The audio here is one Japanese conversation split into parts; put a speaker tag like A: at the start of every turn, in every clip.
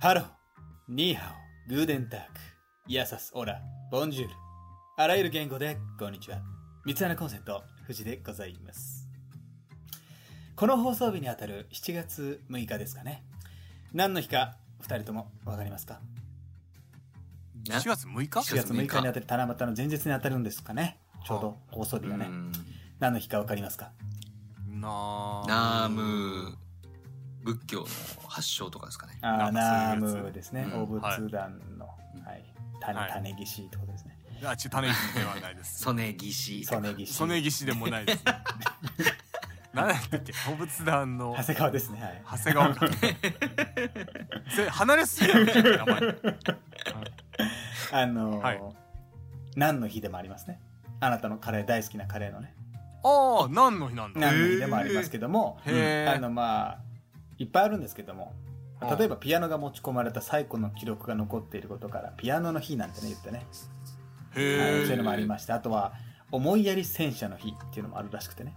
A: ハロー、ニーハオ、グーデンターク、ヤサス、オラ、ボンジュール。あらゆる言語で、こんにちは。三つ穴コンセント、藤でございます。この放送日にあたる7月6日ですかね。何の日か、二人ともわかりますか
B: な
C: 4月6日
A: 7月6日にあたる七夕の前日にあたるんですかねちょうど放送日がね、
B: うん
A: 何の日か分かりますか
C: なー
B: ナーム仏教の発祥とかですかね。
A: あーナ
C: な
A: ー
C: んかそういうやつ
A: ムですね、
B: うん
A: 大仏壇の、はい種
C: はい
A: 種岸ってことですね、
C: あち種石ではないです
B: ソネギシ。
A: 曽根岸
C: 曽根岸でもないです 何だったっけ動物団の
A: 長谷川ですねはい
C: 長谷 川かそれ離れすぎだろ名前
A: あのー
C: はい
A: 何の日でもありますねあなたのカレー大好きなカレーのね
C: ああ何の日なんだ
A: 何の日でもありますけども、
C: へ
A: あ
C: え
A: のまあいっぱいあるんですけども
C: うん
A: 例えばピアノが持ち込まれた最古の記録が残っていることからピアノの日なんてね言ってねはいそういうのもありましてあとは思いやり戦車の日っていうのもあるらしくてね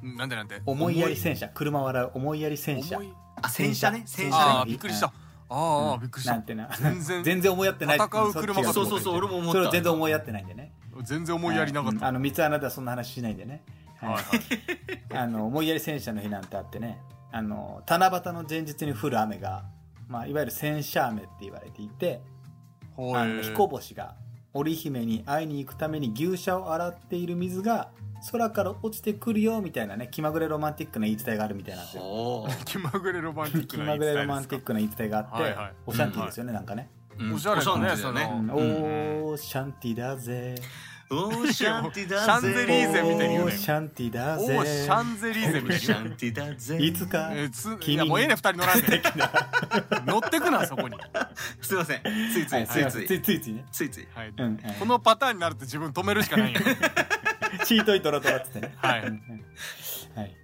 C: なんでなんで
A: 思いやり戦車車を洗う思いやり戦車
C: 重い
B: あ、戦車ね。戦
C: あ
B: 車
C: あ
B: ね。
C: びっくりしたあ
A: う
C: あ
A: ん
C: びっくりし
A: なん
C: た
A: てな
C: 全 然
A: 全然思いやってない
C: 戦
A: そ
C: う車か
A: っち
C: と
B: そ
A: が
B: うそうそう、俺も思った。
A: それは全然思いやってないんでね
C: 全然思いやりなかっ
A: はい
C: た
A: あの三つ穴ではそんな話しないんでねはい
C: はいはい
A: あの思いやり戦車の日なんてあってねあの七夕の前日に降る雨が、まあ、いわゆる戦車雨って言われていて
C: ほ
A: あ
C: え
A: の彦星が織姫に会いに行くために牛舎を洗っている水が空から落ちてくるよみたいなね気まぐれロマンティックな言い伝えがあるみたいなんですよ
B: ほう
C: 気まぐれロマンティック
A: 気
C: な
A: ま
C: 言い
A: ぐ
C: 伝
A: れ
C: えですか
A: ロマンティックな言い伝えがあって、
C: はいはい
A: オシャンティーですよね、なんかね、
B: うん
C: おしゃれだね
B: おしゃれだ
A: う
B: ね
A: ん、
C: ん
A: オーシャンティーだぜ
B: オーシャンティだぜ。
C: シャンゼリーゼみたいに言う
A: オ
C: ね
A: ーシャンティーだ
C: おーシ
A: ぜ
C: ャンゼリーゼみ
B: オ
C: た
B: ー
C: い
B: シ
C: な
B: ャンティだぜ。
A: いつか
C: えつい
A: 君
C: や
A: に
C: もうええね二人乗らんで 乗ってくなそこに
B: すいません。ついつ、
A: はいいすいま
B: つ
A: せん
B: い
A: つ
B: つい。
A: いついついね
B: ついつい。
C: はい
A: うんはい
C: このパターンになると自分止めるしかないんや
A: チートイトラトラっつってね
C: は
A: う
C: い
A: ん はい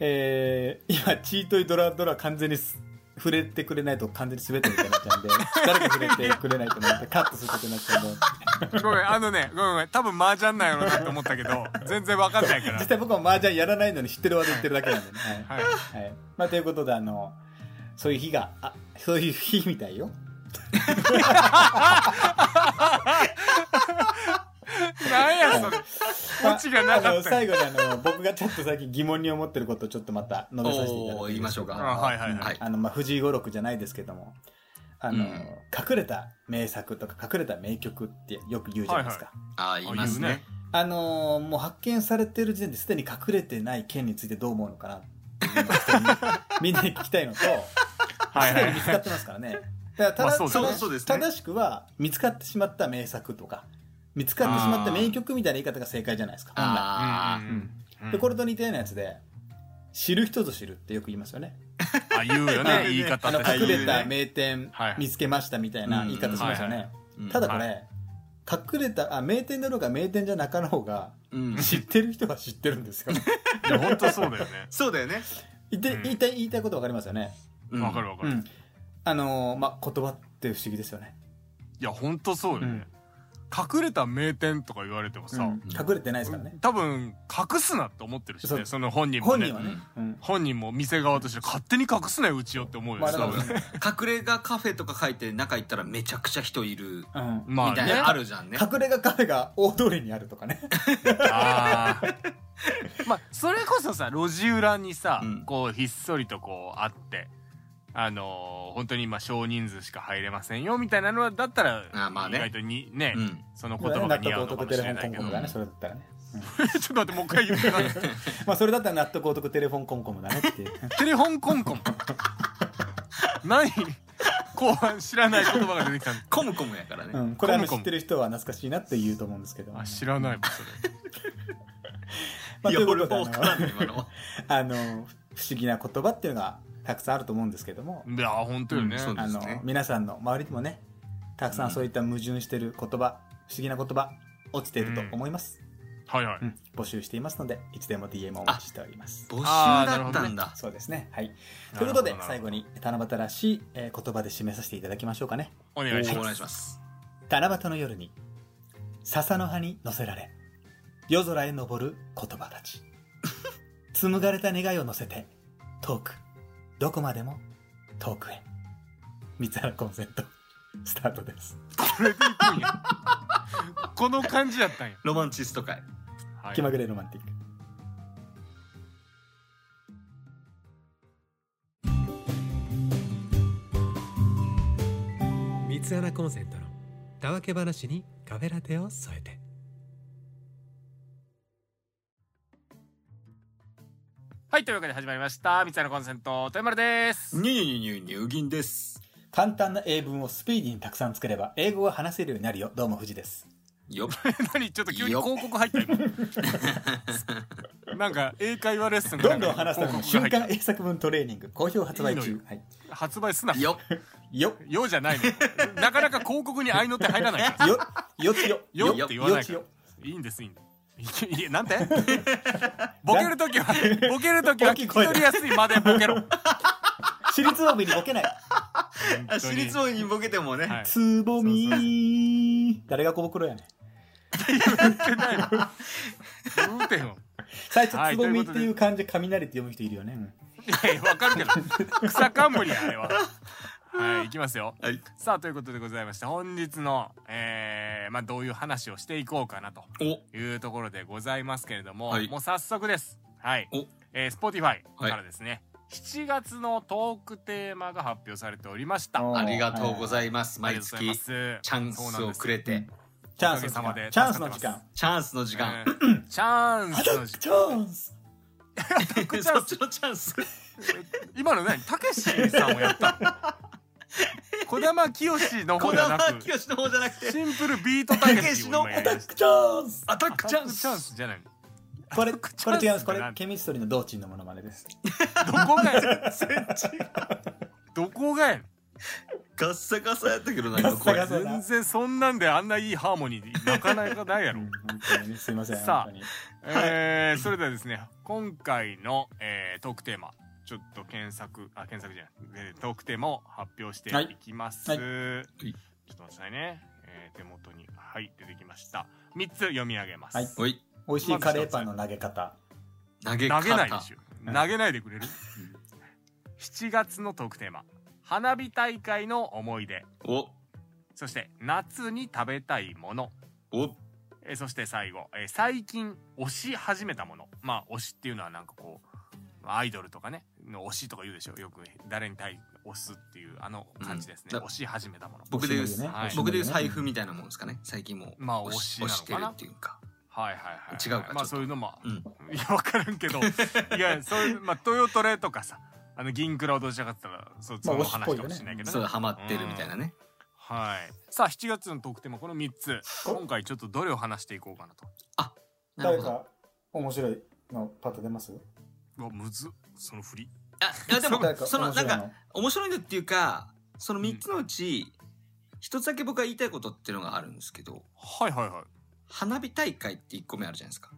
A: えー、今チートイトラトラ完全にす触れてくれないと完全に滑ってみたいになっち ゃうんで誰か触れてくれないと思ってカットすることになっちゃうんで
C: ごめんあのねごめんごめん多分麻雀なんやろうなと思ったけど全然わかんないから
A: 実際僕は麻雀やらないのに知ってる技言ってるだけなんでね
C: はい
A: はい、はいまあ、ということであのそういう日があそういう日みたいよ
C: なんやそれ
A: まあ
C: オチがな
A: あ
C: か
A: の
C: った
A: 最後にあの僕がちょっと最近疑問に思ってることをちょっとまた述べさせていただいて
B: おー言いましょうか
C: あはいはい
B: はい
A: あのまあ、藤井五六じゃないですけどもあの、
B: うん
A: 隠れた名作とか隠れた名曲ってよく言うじゃないですか、
B: ああ、いますね。
A: あのーもう発見されてる時点ですでに隠れてない件についてどう思うのかなっていうのを人に みんなに聞きたいのと
C: はい
A: すで
C: は
A: に
C: い
A: 見つかってますからねだから
C: まあ
A: 正
C: そうだね
A: 正
B: そうですね
A: 正しくは見つかってしまった名作とか見つかってしまった名曲みたいな言い方が正解じゃないですか本来
B: あ
C: うんうん
A: でこれと似たようなやつで知る人ぞ知るってよく言いますよね
C: あ言うよね言い方
A: あの
C: と
B: はい
A: 隠れた
B: ね
A: 名店
C: はい
A: 見つけましたみたいな言い方しますよ
C: うん
A: ね。
B: あ。
A: ただこ
C: は
A: れ、隠れた、あ、名店だろうが名店じゃなかろうが、
B: うん。
A: 知ってる人は知ってるんですよ。
C: いや本当そうだよね
B: そうだよね。
A: 言って
C: うん
A: 言いたい、言いたいことわかりますよね。
B: うん
C: わかるわか
A: う
C: る
A: ん。あのー、まあ、言葉って不思議ですよね。
C: いや本当そうよね隠れた名店とか言われても
A: う
C: さ
A: ん隠れてないですからね。
C: 多分隠すなって思ってるし
A: そ
C: ね
A: う
C: その本人も
A: 本
C: ね
A: 人はね。うん。
C: 本人も店側として勝手に隠すなようちよって思うよ
A: まあ
C: ね
A: だか
C: 多
A: ら
C: 分
B: 隠れ家カフェとか書いて中行ったらめちゃくちゃ人いる
A: うん
C: まあ
B: みたい
C: ね
B: なあるじゃんね。
A: 隠れ家カフェが大通りにあるとかね。
C: あーまあそれこそさ路地裏にさ、
B: うん
C: こうひっそりとこうあってあのー本当に今少人数しか入れませんよみたいなのはだったら
B: あーまあね
C: 意外とにね、
B: うん。
C: その言葉
A: 納
C: が似
A: 得
C: 合
A: お
C: うのか
A: 得
C: も
A: テ
C: し
A: レフォン
C: れな
A: コ
C: い
A: ン
C: け
A: コム
C: ど、ちょ
A: だね、それだったらね。
C: っと待ってもう一回言ってな
A: まあそれだったら納得お得テレフォンコンコムだねっていう。
C: テレフォンコンコン何後半知らない言葉が出てきたん
B: コムコムやから
A: う
B: ね。
A: ん、これあの知
C: コムコム
A: ってる人は懐かしいなって言うと思うんですけど。
C: あ知らないもんそれ
A: まあ、と
B: い
A: い
B: や、
A: うこ
B: 俺
A: とで
B: もわからんね今の。
A: あのあの不思議な言葉っていうのがたくさんあると思うんですけども、
C: いや本当よね、
B: うんそうだ
A: あの
B: ですね
A: 皆さんの周りにもねたくさ
B: うんん
A: そういった矛盾してる言葉、不思議な言葉落ちていると思います、
C: はいはい、
A: うん募集していますのでいつでも DM をお待ちしております
B: 募集だった
C: あーなるほど
B: んだ。
A: そうですねはい
C: な
A: というこ
C: るほど
A: とで最後に七夕らしい、えー言葉で締めさせていただきましょうかね
C: お
B: お
C: 願いします
B: 願いします。
A: 七夕の夜に笹の葉に乗せられ夜空へ昇る言葉たち 紡がれた願いを乗せて遠くどこまでも遠くへ三つ穴コンセント、スタートです。
C: これで行くんやこの感じやったんや、
B: ロマンチスト会
C: はい
A: 気まぐれロマンティック。
D: 三つ穴コンセントのたわけ話にカフェラテを添えて
C: はいというわけで始まりました三つ穴コンセント豊丸 です
B: ニュニュニュニュニュギンです
A: 簡単な英文をスピーディーにたくさん作れば、英語が話せるようになるよ。どうも、藤です。
B: よっ
C: 何ちょっと急に
B: よっ
C: 広告入 った今なんか英会話レッスン
A: どんどん話すために
C: 広
A: 瞬
C: 告が
A: 間
C: 入っ
A: 英作文トレーニング、好評発売
C: いい
A: 中
C: の。
A: はい。
C: た発売すな
B: よっ
A: よ
C: よじゃないのなかなか広告に合いの手入らないから
A: よ、よちよ。
C: よって言わない
A: ち
C: から
A: よ。
C: いいんですいいんですいやいやなんてボケるときはボケるときは
A: 大きい
C: 聞き
A: 声で
C: 取りやすいまでボ ケろ
A: 私立帯にボケない。
C: 本当
B: 私
C: に
B: 立王にボケてもね、
C: はい
A: つぼみー。誰が小袋やねん。
C: 打てよ
A: 最初、
C: はい
A: つぼみっ
C: ということ
A: て
C: で
A: いう漢字、雷って読む人いるよね。うん
C: いやいやわかるけ ど草冠やあれははいいきますよ
B: はい、
C: さあということでございまして本日の、えーまあ、どういう話をしていこうかなと
B: お
C: いうところでございますけれども、
B: はい
C: もう早速ですはい
B: お、
C: えー、Spotify
B: はい
C: からですね、7月のトークテーマが発表されておりました
B: ありがとうございます
C: あり
B: 毎
C: がとうございま
B: 月
C: す
B: チャンスをくれ
A: そうな
B: て
A: んチャンスの時
C: おかげさま
A: 間
C: で。
A: チャンスの時
C: 助かっ
A: 間
C: て。
B: チャンスの時間、
C: うんチャンスの時
A: チャンス
B: そっちのチャンス
C: 今の何たけしさんをやったの 児玉清の方
B: 小
C: じゃな
B: 田
C: く
B: 清の方じゃな くて
C: シンプルビートたけしを今や
A: ア
C: り
A: タ
C: ま
A: ッ
C: した
A: クチャンス
B: アタッ
C: アタ
B: クチ
C: ッ
B: ャ
C: ク
B: ンス
C: チャンスじゃないの
A: これ、
C: クチ
A: こ
C: ャンス
A: れ違います。こ
C: か
A: れ
C: な、
A: ケミストリーの道珍のものまねです。
C: どこがやどこがや
B: ガッサガサやったけどな
A: ガ
B: 今
A: ッサ
B: 声
A: ガサ
C: 全然そんなんであんないいハーモニーなかなかないや
A: う
C: ろ
A: ん、本当にねすいません。
C: さあ
A: 本当に
C: えー、それではですね今回の、えー、トークテーマちょっと検索あ検索じゃない、えートークテーマを発表していきます、
A: はい
C: ちょっと待ってくださいね、えー手元にはい出てきました3つ読み上げます、
A: はい
B: おい
A: 美味しいカレーパンの投げ方。
B: 投げ
C: 投
B: 方
C: げないでし
A: う
C: ょ
A: ん
C: 投げないでくれる7月のトークテーマ花火大会の思い出
B: お
C: そして夏に食べたいもの
B: お
C: えーそして最後、えー最近推し始めたものまあ推しっていうのはなんかこうアイドルとかねの推しとか言うでしょよく誰に対推すっていうあの感じですね、
B: うん
C: 推し始めたもの
B: 僕で言う、
A: ね
C: はい
B: 僕で言う財布みたいなもんですかね最近もう
C: まあ
B: 押
C: 推
B: し
C: しな
B: 押
C: の
B: して
C: か
B: る
C: な
B: っていうか
C: はいはいはい
B: 違うかちょ
C: ま
B: っ
C: あ
B: と
C: そう いうのも
B: うん
C: いや分からん けどいやそういうまあトヨトレとかさあの銀クラをどちらかって言ったらそそ
A: 推
C: の
A: しっぽ
C: 話
A: い
C: か
A: よね
C: もしれないけど
B: そ
C: ね
B: うハマってるみたいなね
C: はいさあ7月の特典もこの3つ
A: お
C: 今回ちょっとどれを話していこうかなと
B: なる
A: 誰
B: ほど
A: か、面白いのパッと出ます
C: うわむずっその振り
B: あいやでも
A: 誰か
B: その
A: 面
B: な
A: 白
B: ん
A: いの
B: か面白いのっていうかその3つのうち一つだけ僕が言いたいことっていうのがあるんですけど
C: はいはいは
B: 花火大会って1個目あるじゃないですか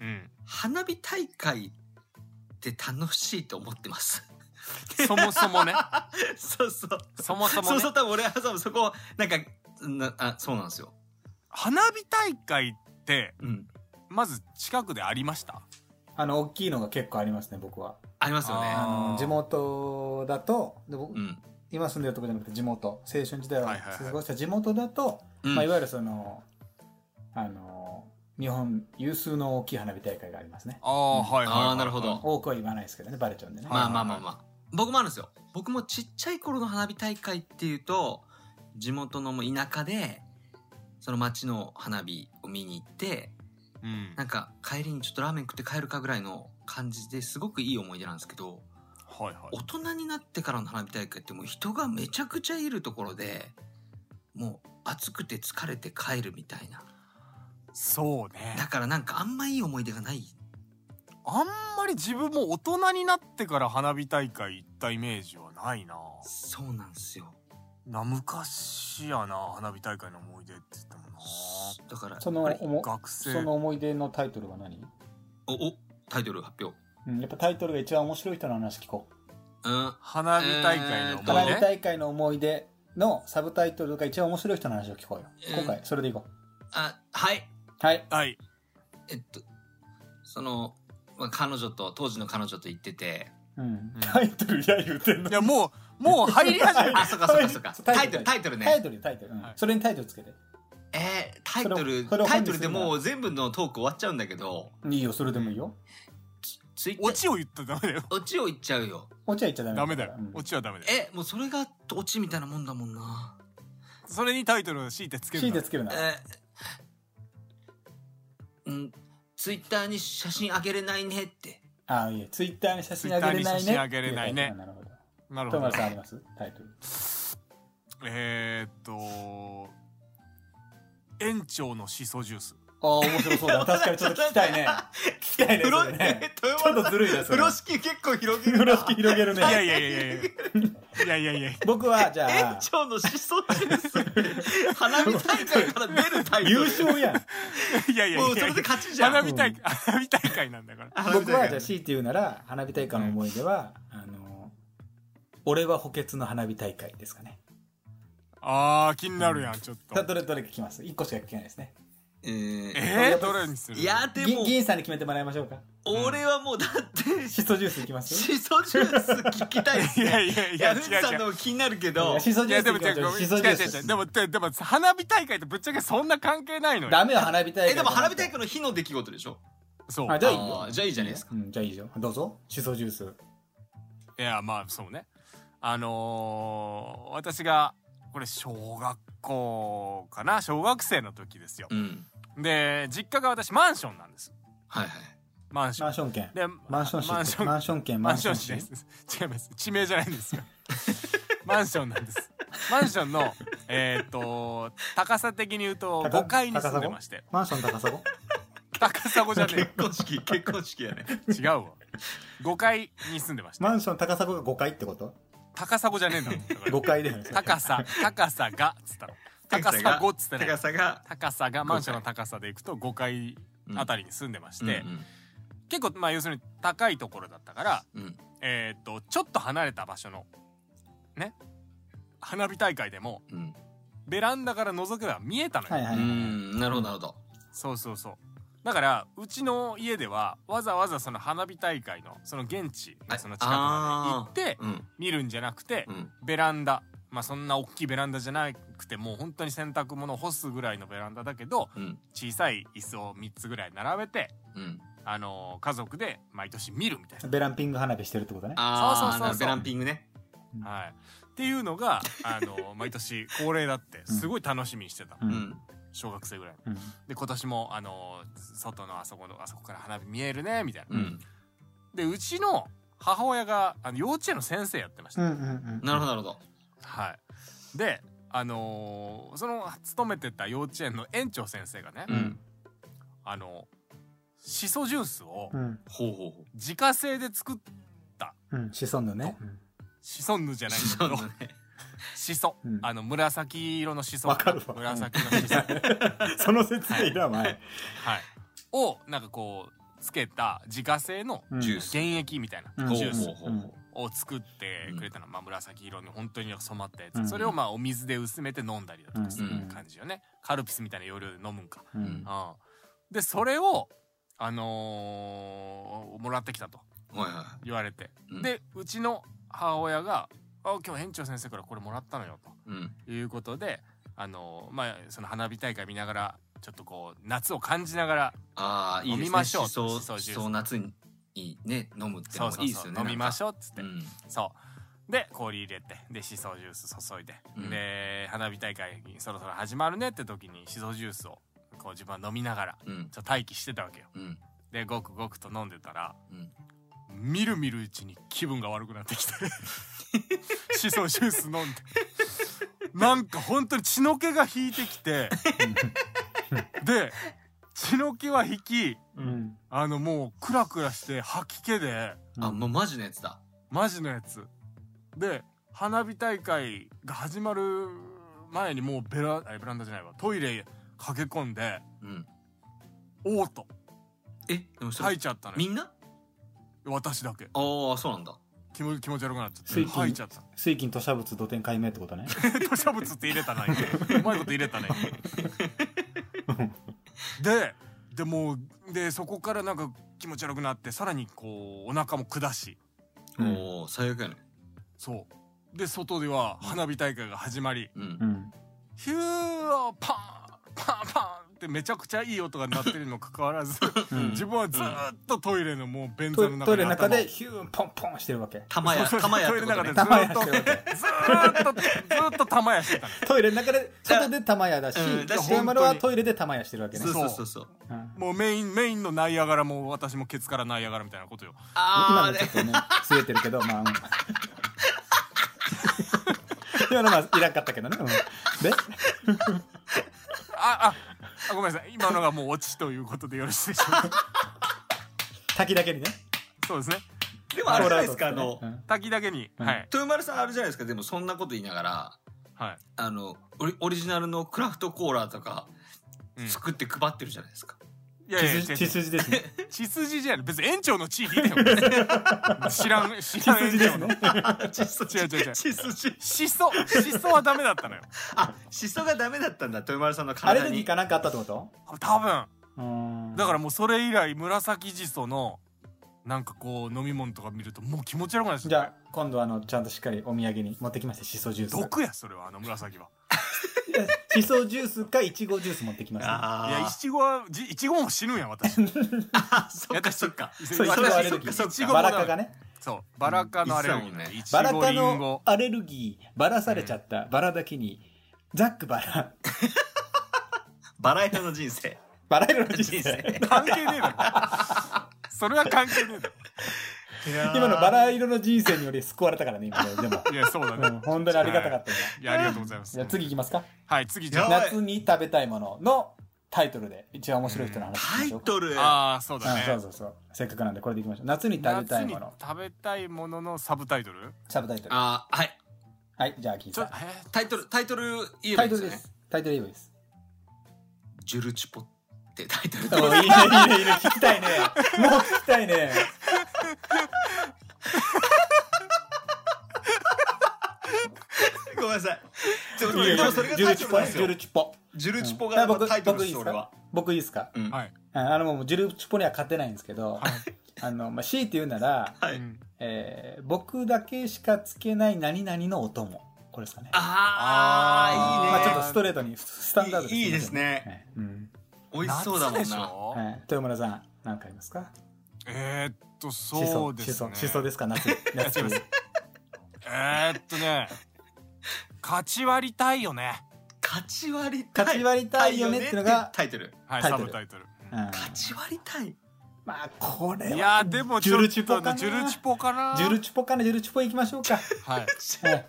C: いうん
B: 花火大会って楽しいと思ってます
C: そもそもね
B: そうそう
C: そもそも
B: そう
C: ね
B: そう多分俺は多分そこなんかなあそうなんですよ
C: 花火大会って
B: うん
C: まず近くでありました
A: あの、大きいのが結構ありますね、僕は。
B: ありますよね
A: あ
C: あー
A: の地元だと、で僕
B: うん
A: 今住んでるとこじゃなくて地元、青春時代を
C: はいはいはい
A: 過ごした地元だと、
B: うん
A: まあ、いわゆるその、あの、日本有数の大きい花火大会がありますね。
C: ああはいはいはい
B: あーなるほど
A: 多くは言わないですけどね、バレちゃうんでね。
B: まあまあまあまあ。僕もあるんですよ。僕もちっちゃい頃の花火大会っていうと、地元のもう田舎で、その町の花火を見に行って、
C: うん
B: なんか帰りにちょっとラーメン食って帰るかぐらいの感じですごくいい思い出なんですけど、
C: はいはい
B: 大人になってからの花火大会ってもう人がめちゃくちゃいるところで、もう暑くて疲れて帰るみたいな。
C: そうね
B: だからなんかあんまいい思い出がない。
C: あんまり自分も大人になってから花火大会行ったイメージはないな
B: そうなんですよ。
C: な昔やな花火大会の思い出って言ってもな
B: だから、
A: その
B: あれ
A: おも
C: 学
A: そ
C: 生
A: の思い出のタイトルは何、
B: お、お、タイトル発表。
A: うん、やっぱタイトルが一番面白い人の話聞こう。
B: うん。
C: 花火大会の
B: 思い出
A: 花
C: 思い
A: 火
C: 出
A: 大会の思い出のサブタイトルが一番面白い人の話を聞こうよ。
B: えー
A: 今回、それでいこ
B: あ、はい。
A: う。はい。
C: はい
B: えっと、その、まあ彼女と、当時の彼女と行ってて、
A: うん、タイトルや言うてんの
C: いやもうもう入 り始め
B: あ、そっかそっかそっか。タ
A: タ
B: イ
A: イト
B: ト
A: ル
B: ル、タイト
A: タイ
B: ルね。
A: トルタイトル、うん
C: はい
A: それにタイトルつけて
B: えー、タイトル、
A: それを
B: タイトルでもう全部のトーク終わっちゃうんだけど、
A: いいよそれでもいいよ
B: ツイッタ
C: オ
B: ー、
C: チを言ったらダメだよ
B: オチを言っちゃうよ。
A: お茶言っちゃダメ
C: ダメだよ
A: からうん
C: オチはダメだよ
B: え、もうそれがオチみたいなもんだもんな。
C: それにタイトルを強いてつける
A: C
C: な
A: でつけるな
B: えー、うん、ツイッターに写真あげれないねって。
A: ああいいえツイッターに写真あげれないね
C: Twitter に写真あげれないね
A: ってうタイトルなるほど
C: なる
A: ト
C: ほ
A: マル
C: ど
A: さんありますタイトル
C: えー、っと園長のシソジュース
A: ああ面白そうだ 確かにちょっと聞きたいね聞きたいねそ
B: 風呂、
A: れ
B: え
A: ね
B: ー、豊
A: ちょ
B: 本
A: っとずるいです
B: 風呂敷結構広げる
A: 風
B: な。
A: 呂敷広げる
C: い
A: ね
C: やいやいやいやいやいやいやいや
A: 僕はじゃ
B: 園
A: あ
B: 長の思想中 枢花火大会から出るタイトル
A: 優勝やん
C: いやいやいや
B: もうそれで勝ちじゃん
C: 花火大会花火大会なんだから
A: 僕はじゃあ
B: し
A: C って言うなら花火大会の思い出は、あの俺は補欠の花火大会ですかね
C: あー気になるやんちょっと
A: さあどれどれ聞きます1個しか聞けないですね
B: えー
C: えー、どれにする
B: いやで
A: ぎ
B: も
A: 議員さんに決めてもらいましょうか
B: 俺はもうだって
A: シ
B: し
A: ソジュースいきます
B: しそジュース聞きたいです
C: いや
B: ね
C: いやい
B: い
C: や
B: や
C: 違う
B: ふんさん
C: 違
B: の
C: う
B: も気になるけ
A: い
B: ど
A: やシソ
C: い
A: ジュー
C: や
A: ス
C: で
A: い
C: も
A: き
C: 違
A: ま
C: う
A: しょうシ
C: 違
A: ソ
C: う
A: ジュー
C: 違う違う
A: ス
C: でもででも花火大会とぶっちゃけそんな関係ないのよ
A: ダメよ花火大会
B: えでも花火大会の日の出来事でしょ
C: そう
A: あじゃあいいよ
B: あーじゃあいいじゃないですか
A: うんじゃあいいよどうぞシソジュース
C: いやまあそうねあのー、私がこれ小学校かな小学生の時ですよ
B: うん
C: で実家が私マンションなんです
B: はいはい
C: マンショ
A: マ
C: ン
A: ンション券
C: で
A: マンション
C: マンシ
A: 市
C: ョン
A: マンション券
C: マンション市
A: マ
C: で
A: ン
C: す違います地名じゃないん ですよマンションなんですマンションのえっ、と高さ的に言うと
A: 高
C: 5階に住んでまして
A: マンション高砂
C: 高砂じゃね
B: 結婚式結婚式やね
C: え違うわ5階に住んでました
A: マンション高砂が5階ってこと
C: 高砂じゃねえんだもんだから
A: ?5 階だよね
C: 高さ高さがっつったの高さがっつった
B: 高
C: ね
B: さが
C: 高さがマンションの高さでいくと5階あたりに住んでまして、
B: うん
C: 結構まあ要するに高いところだったから
B: うんうん
C: えーっとちょっと離れた場所のね花火大会でも
B: うん
C: ベランダから覗けば見えたのよ、
A: はいは
B: う
A: い
B: んなるほどなるほど
C: そうそうそうだからうちの家ではわざわざその花火大会のその現地
B: あ
C: のその近くまで行って
B: うん
C: 見るんじゃなくて
B: うん
C: ベランダまあそんな大きいベランダじゃなくてもう本当に洗濯物干すぐらいのベランダだけど
B: うん
C: 小さい椅子を3つぐらい並べて
B: うん
C: あのー家族で毎年見るみたい
A: ベランピング花火してるってことね
B: ああ
C: そうそうそうそう
B: なるほどベランピングね
C: な、はい、っていうのがあの ー毎年恒例だってすごい楽しみにしてた
A: う
B: うんん
C: 小学生ぐらいの
A: うん
C: で今年もあのー外のあそこのあそこから花火見えるねみたいな
B: うん
C: でうちの母親があの幼稚園の先生やってました、
A: うんうん
B: なるほどなるほど
C: はいであのーその勤めてた幼稚園の園長先生がね、
B: うん
C: あのしそジュースを
A: うんうん
B: ほうほうほう
C: 自家製で作っ
A: うん子孫のね
C: シソンヌじゃないん
B: そ
C: だ
B: う
C: けど
B: だね
C: しそ、
A: うん
C: あの紫色のしそ
A: わかるわ
C: 紫のしそ、は い、
A: その説明いらんわい
C: をなんかこうつけた自家製の
A: うん
B: ジュース
C: 原液みたいな
A: うん
B: ほう
C: ジュース
B: ほうほうほ
C: を作ってくれたの、まあ、紫色に本当に染まったやつ、
A: うん
C: それをまあお水で薄めて飲んだりだとかする
B: うん
C: 感じよね、カルピスみたいな要領で飲むんか、
A: う
B: うん
A: ん
C: うん、でそれをあのーもらってきたと
B: うはいは
C: 言われて、
B: うん
C: でうちの母親が「あ今日園長先生からこれもらったのよ」
B: いうん
C: ということで、あのーまあ、その花火大会見ながらちょっとこう夏を感じながら
B: ああいいですね
C: 飲みましょう
B: しそ
C: しそジュース
B: そう夏にいいね飲むってのも
C: そうそう
B: いいです
C: そう
B: よね
C: 飲みまし
B: ょ
C: ょうっつって、
B: ん
C: そうで氷入れてでしそジュース注いで、
B: うん
C: で花火大会そろそろ始まるねって時にしそジュースをこう自分は飲みながら
B: うん
C: ちょっと待機してたわけよ
B: うん
C: でごくごくと飲んでたら
B: うん
C: みるみるうちに気分が悪くなってきて しそジュース飲んでなんか本当に血の気が引いてきてで血の気は引き
A: うん
C: あのもうクラクラして吐き気で
B: あもうマジのやつだ
C: マジのやつで花火大会が始まる前にもうベラあベランダじゃないわトイレ駆け込んで
B: うん
C: おーと
B: えでもそれ、
C: 吐いちゃったの
B: み
C: よ
B: んな
C: 私だけ
B: ああそうなんだ
C: 気持気持ち悪くなっちゃっ
A: 水金
C: て吐いちゃった
A: 水金吐砂物土天解明ってことね
C: 吐砂物って入れたな今うまいこと入れたねででもうでそこからなんか気持ち悪くなってさらにこうお腹も下し
A: うん
B: おお最悪やね
C: そうで外では花火大会が始まり
B: うん
A: うん
C: ヒューパーンパンパンってめちゃくちゃいい音が鳴ってるにもかかわらず
A: うん
C: 自分はずーっとトイレのもう便座
A: ト
C: の中に
A: トイレの中
C: 頭を
A: でヒューンポンポンしてるわけ
B: 玉や
C: そうそう
B: 玉やってこと
C: トイレ
B: ね
C: の中で
A: 玉やしてるわけ
C: ずーっとずーっと玉やしてたの
A: トイレの中で外で玉やだし
B: うんだし
A: 小山田はトイレで玉やしてるわけね
B: そうそうそうそう
A: うん
C: もうメインメインのナイアガラも私もケツからナイアガラみたいなことよ
B: あ
A: 今
B: あ
A: のちょっとね据えてるけどまあうん 今のまあいらんかったけどね、うん、で
C: あああごめんなさい今のがもうオチということでよろしいでしょ うか
A: 滝だけにね
C: そうですね
B: でもあれじゃないですかあの
A: うん
C: 滝だけに、
A: うん
C: はい
B: 豊丸さんあるじゃないですかでもそんなこと言いながら
C: はい、
B: あのオリオリジナルのクラフトコーラとか
C: うん、い
B: 作って配ってるじゃないですか、
C: やいや違う
A: 血
C: 違う
A: 血筋ですね
C: 血筋じゃない別に園長の地位でいいよ知 らん知
A: 血
C: らん園
A: 筋で
C: 長
A: す
C: の
A: ね
B: 血筋
C: 違う違う違う
B: 血筋
C: シソシソはダメだったのよ
B: あシソがダメだったんだ豊丸さんの
A: アレ
B: 体
A: ルギー
B: に
A: かなんかあったってこと
C: 多分
A: うん
C: だからもうそれ以来紫シソのなんかこう飲み物とか見るともう気持ち悪くなっち
A: じ
C: ゃう
A: ゃあ今度あのちゃんとしっかりお土産に持ってきましたしそジュース
C: 毒やそれはあの紫はい
A: やしそジュースかいちごジュース持ってきました
C: いやい
B: あ
C: ちごはじいちごも死ぬん や私い
B: あそっか そっか
A: そういちごアレルギ
B: 私そっかそ
A: ー
B: っか
A: バラ科がね
C: そうバラ科のあれ
B: うん一切もね
C: いち
A: バラ
C: ご
A: 科
C: リンゴ
A: のアレルギーバラされちゃったバラだけにザックバラ
B: バラ色の人生
A: バラ色の人
B: 人
A: 生
B: 生
C: 関係ねえ だろそれは関係ねえだ
A: 今のバラ色の人生により救われたからね今ねでも、
C: ろいやそうだ
A: う
C: ね
A: ん、本当にありがたかったよ
C: いやありがとうございます
A: じゃあ次いきますか
C: はい次じゃ
B: い
C: あ
B: や
A: 夏に食べたいもののタイトルで一番面白い人の話しま
B: タイ
A: しょう
B: トル
C: ああそうだ
A: あそう
C: ね
A: そうそうせっかくなんでこれでいきましょう夏に食べた
C: 夏
A: い
C: に
A: もの
C: 食べたいもののサブタイトル
A: サブタイトル
B: あーはい
A: はいじゃあ聞い
C: ちょ
A: た
C: え
B: タイトルタイトル言えば
A: タ
B: い
A: イ
B: い
A: ト
B: です
A: ル
B: よ
A: で
B: ね
A: すタイトル言えばいいです
B: ジュルチュポってタイトル
A: おいいねいいねいいね聞きたいねもう聞きたいね
B: ごめんなさいちょっと
A: いいよ
B: でもそれが
A: ジュ
B: タイ
A: ル
B: ト
A: チ
B: ル
A: ポ
B: なん
A: ねジ
B: です
A: ュ
B: よ
A: ルチポ
B: ジュルチポ
A: う
B: が
A: ん僕
B: タイトルで
A: 僕いいで
B: す
A: すか
B: 俺は
A: 僕いいですか
B: うん
C: はい
A: うんあのもうジュルチポには勝てないんですけど
C: はい
A: あのまあ強いて言うなら
B: は
C: う
B: い
C: ん
A: えー僕だけしかつけない何々のお供これですかね
C: ー
A: ま
B: あ
A: あ
B: あ
A: ちょ
B: いい
A: っ
B: ね
A: とストレートにスタンダード
B: いいいいですね
A: はいうん
B: 美味しそうだもん
C: 夏でし
B: な
C: ょ
A: はい豊村さん何かありますか
C: えーっとそうで
A: シ
C: す
A: ソ
C: ね
A: シソですか夏夏
C: 違いますえーっとね勝ち割りたいよね
B: 勝ち割りたい
A: 勝ち割りたいよねっていうのが
B: タイトル
C: はい
A: タイ
C: サ
A: トル
C: ブタイトルうん
A: うん
B: 勝ち割りたい
A: まあこれはい
C: やーでも
A: ジ
C: ち
A: ュ
C: ょ
A: ル
C: っ
A: チポ
C: と
A: かな
C: ねジュルチポかな
A: ジュルチポかねジュルチポ行きましょうかは
C: はい
A: い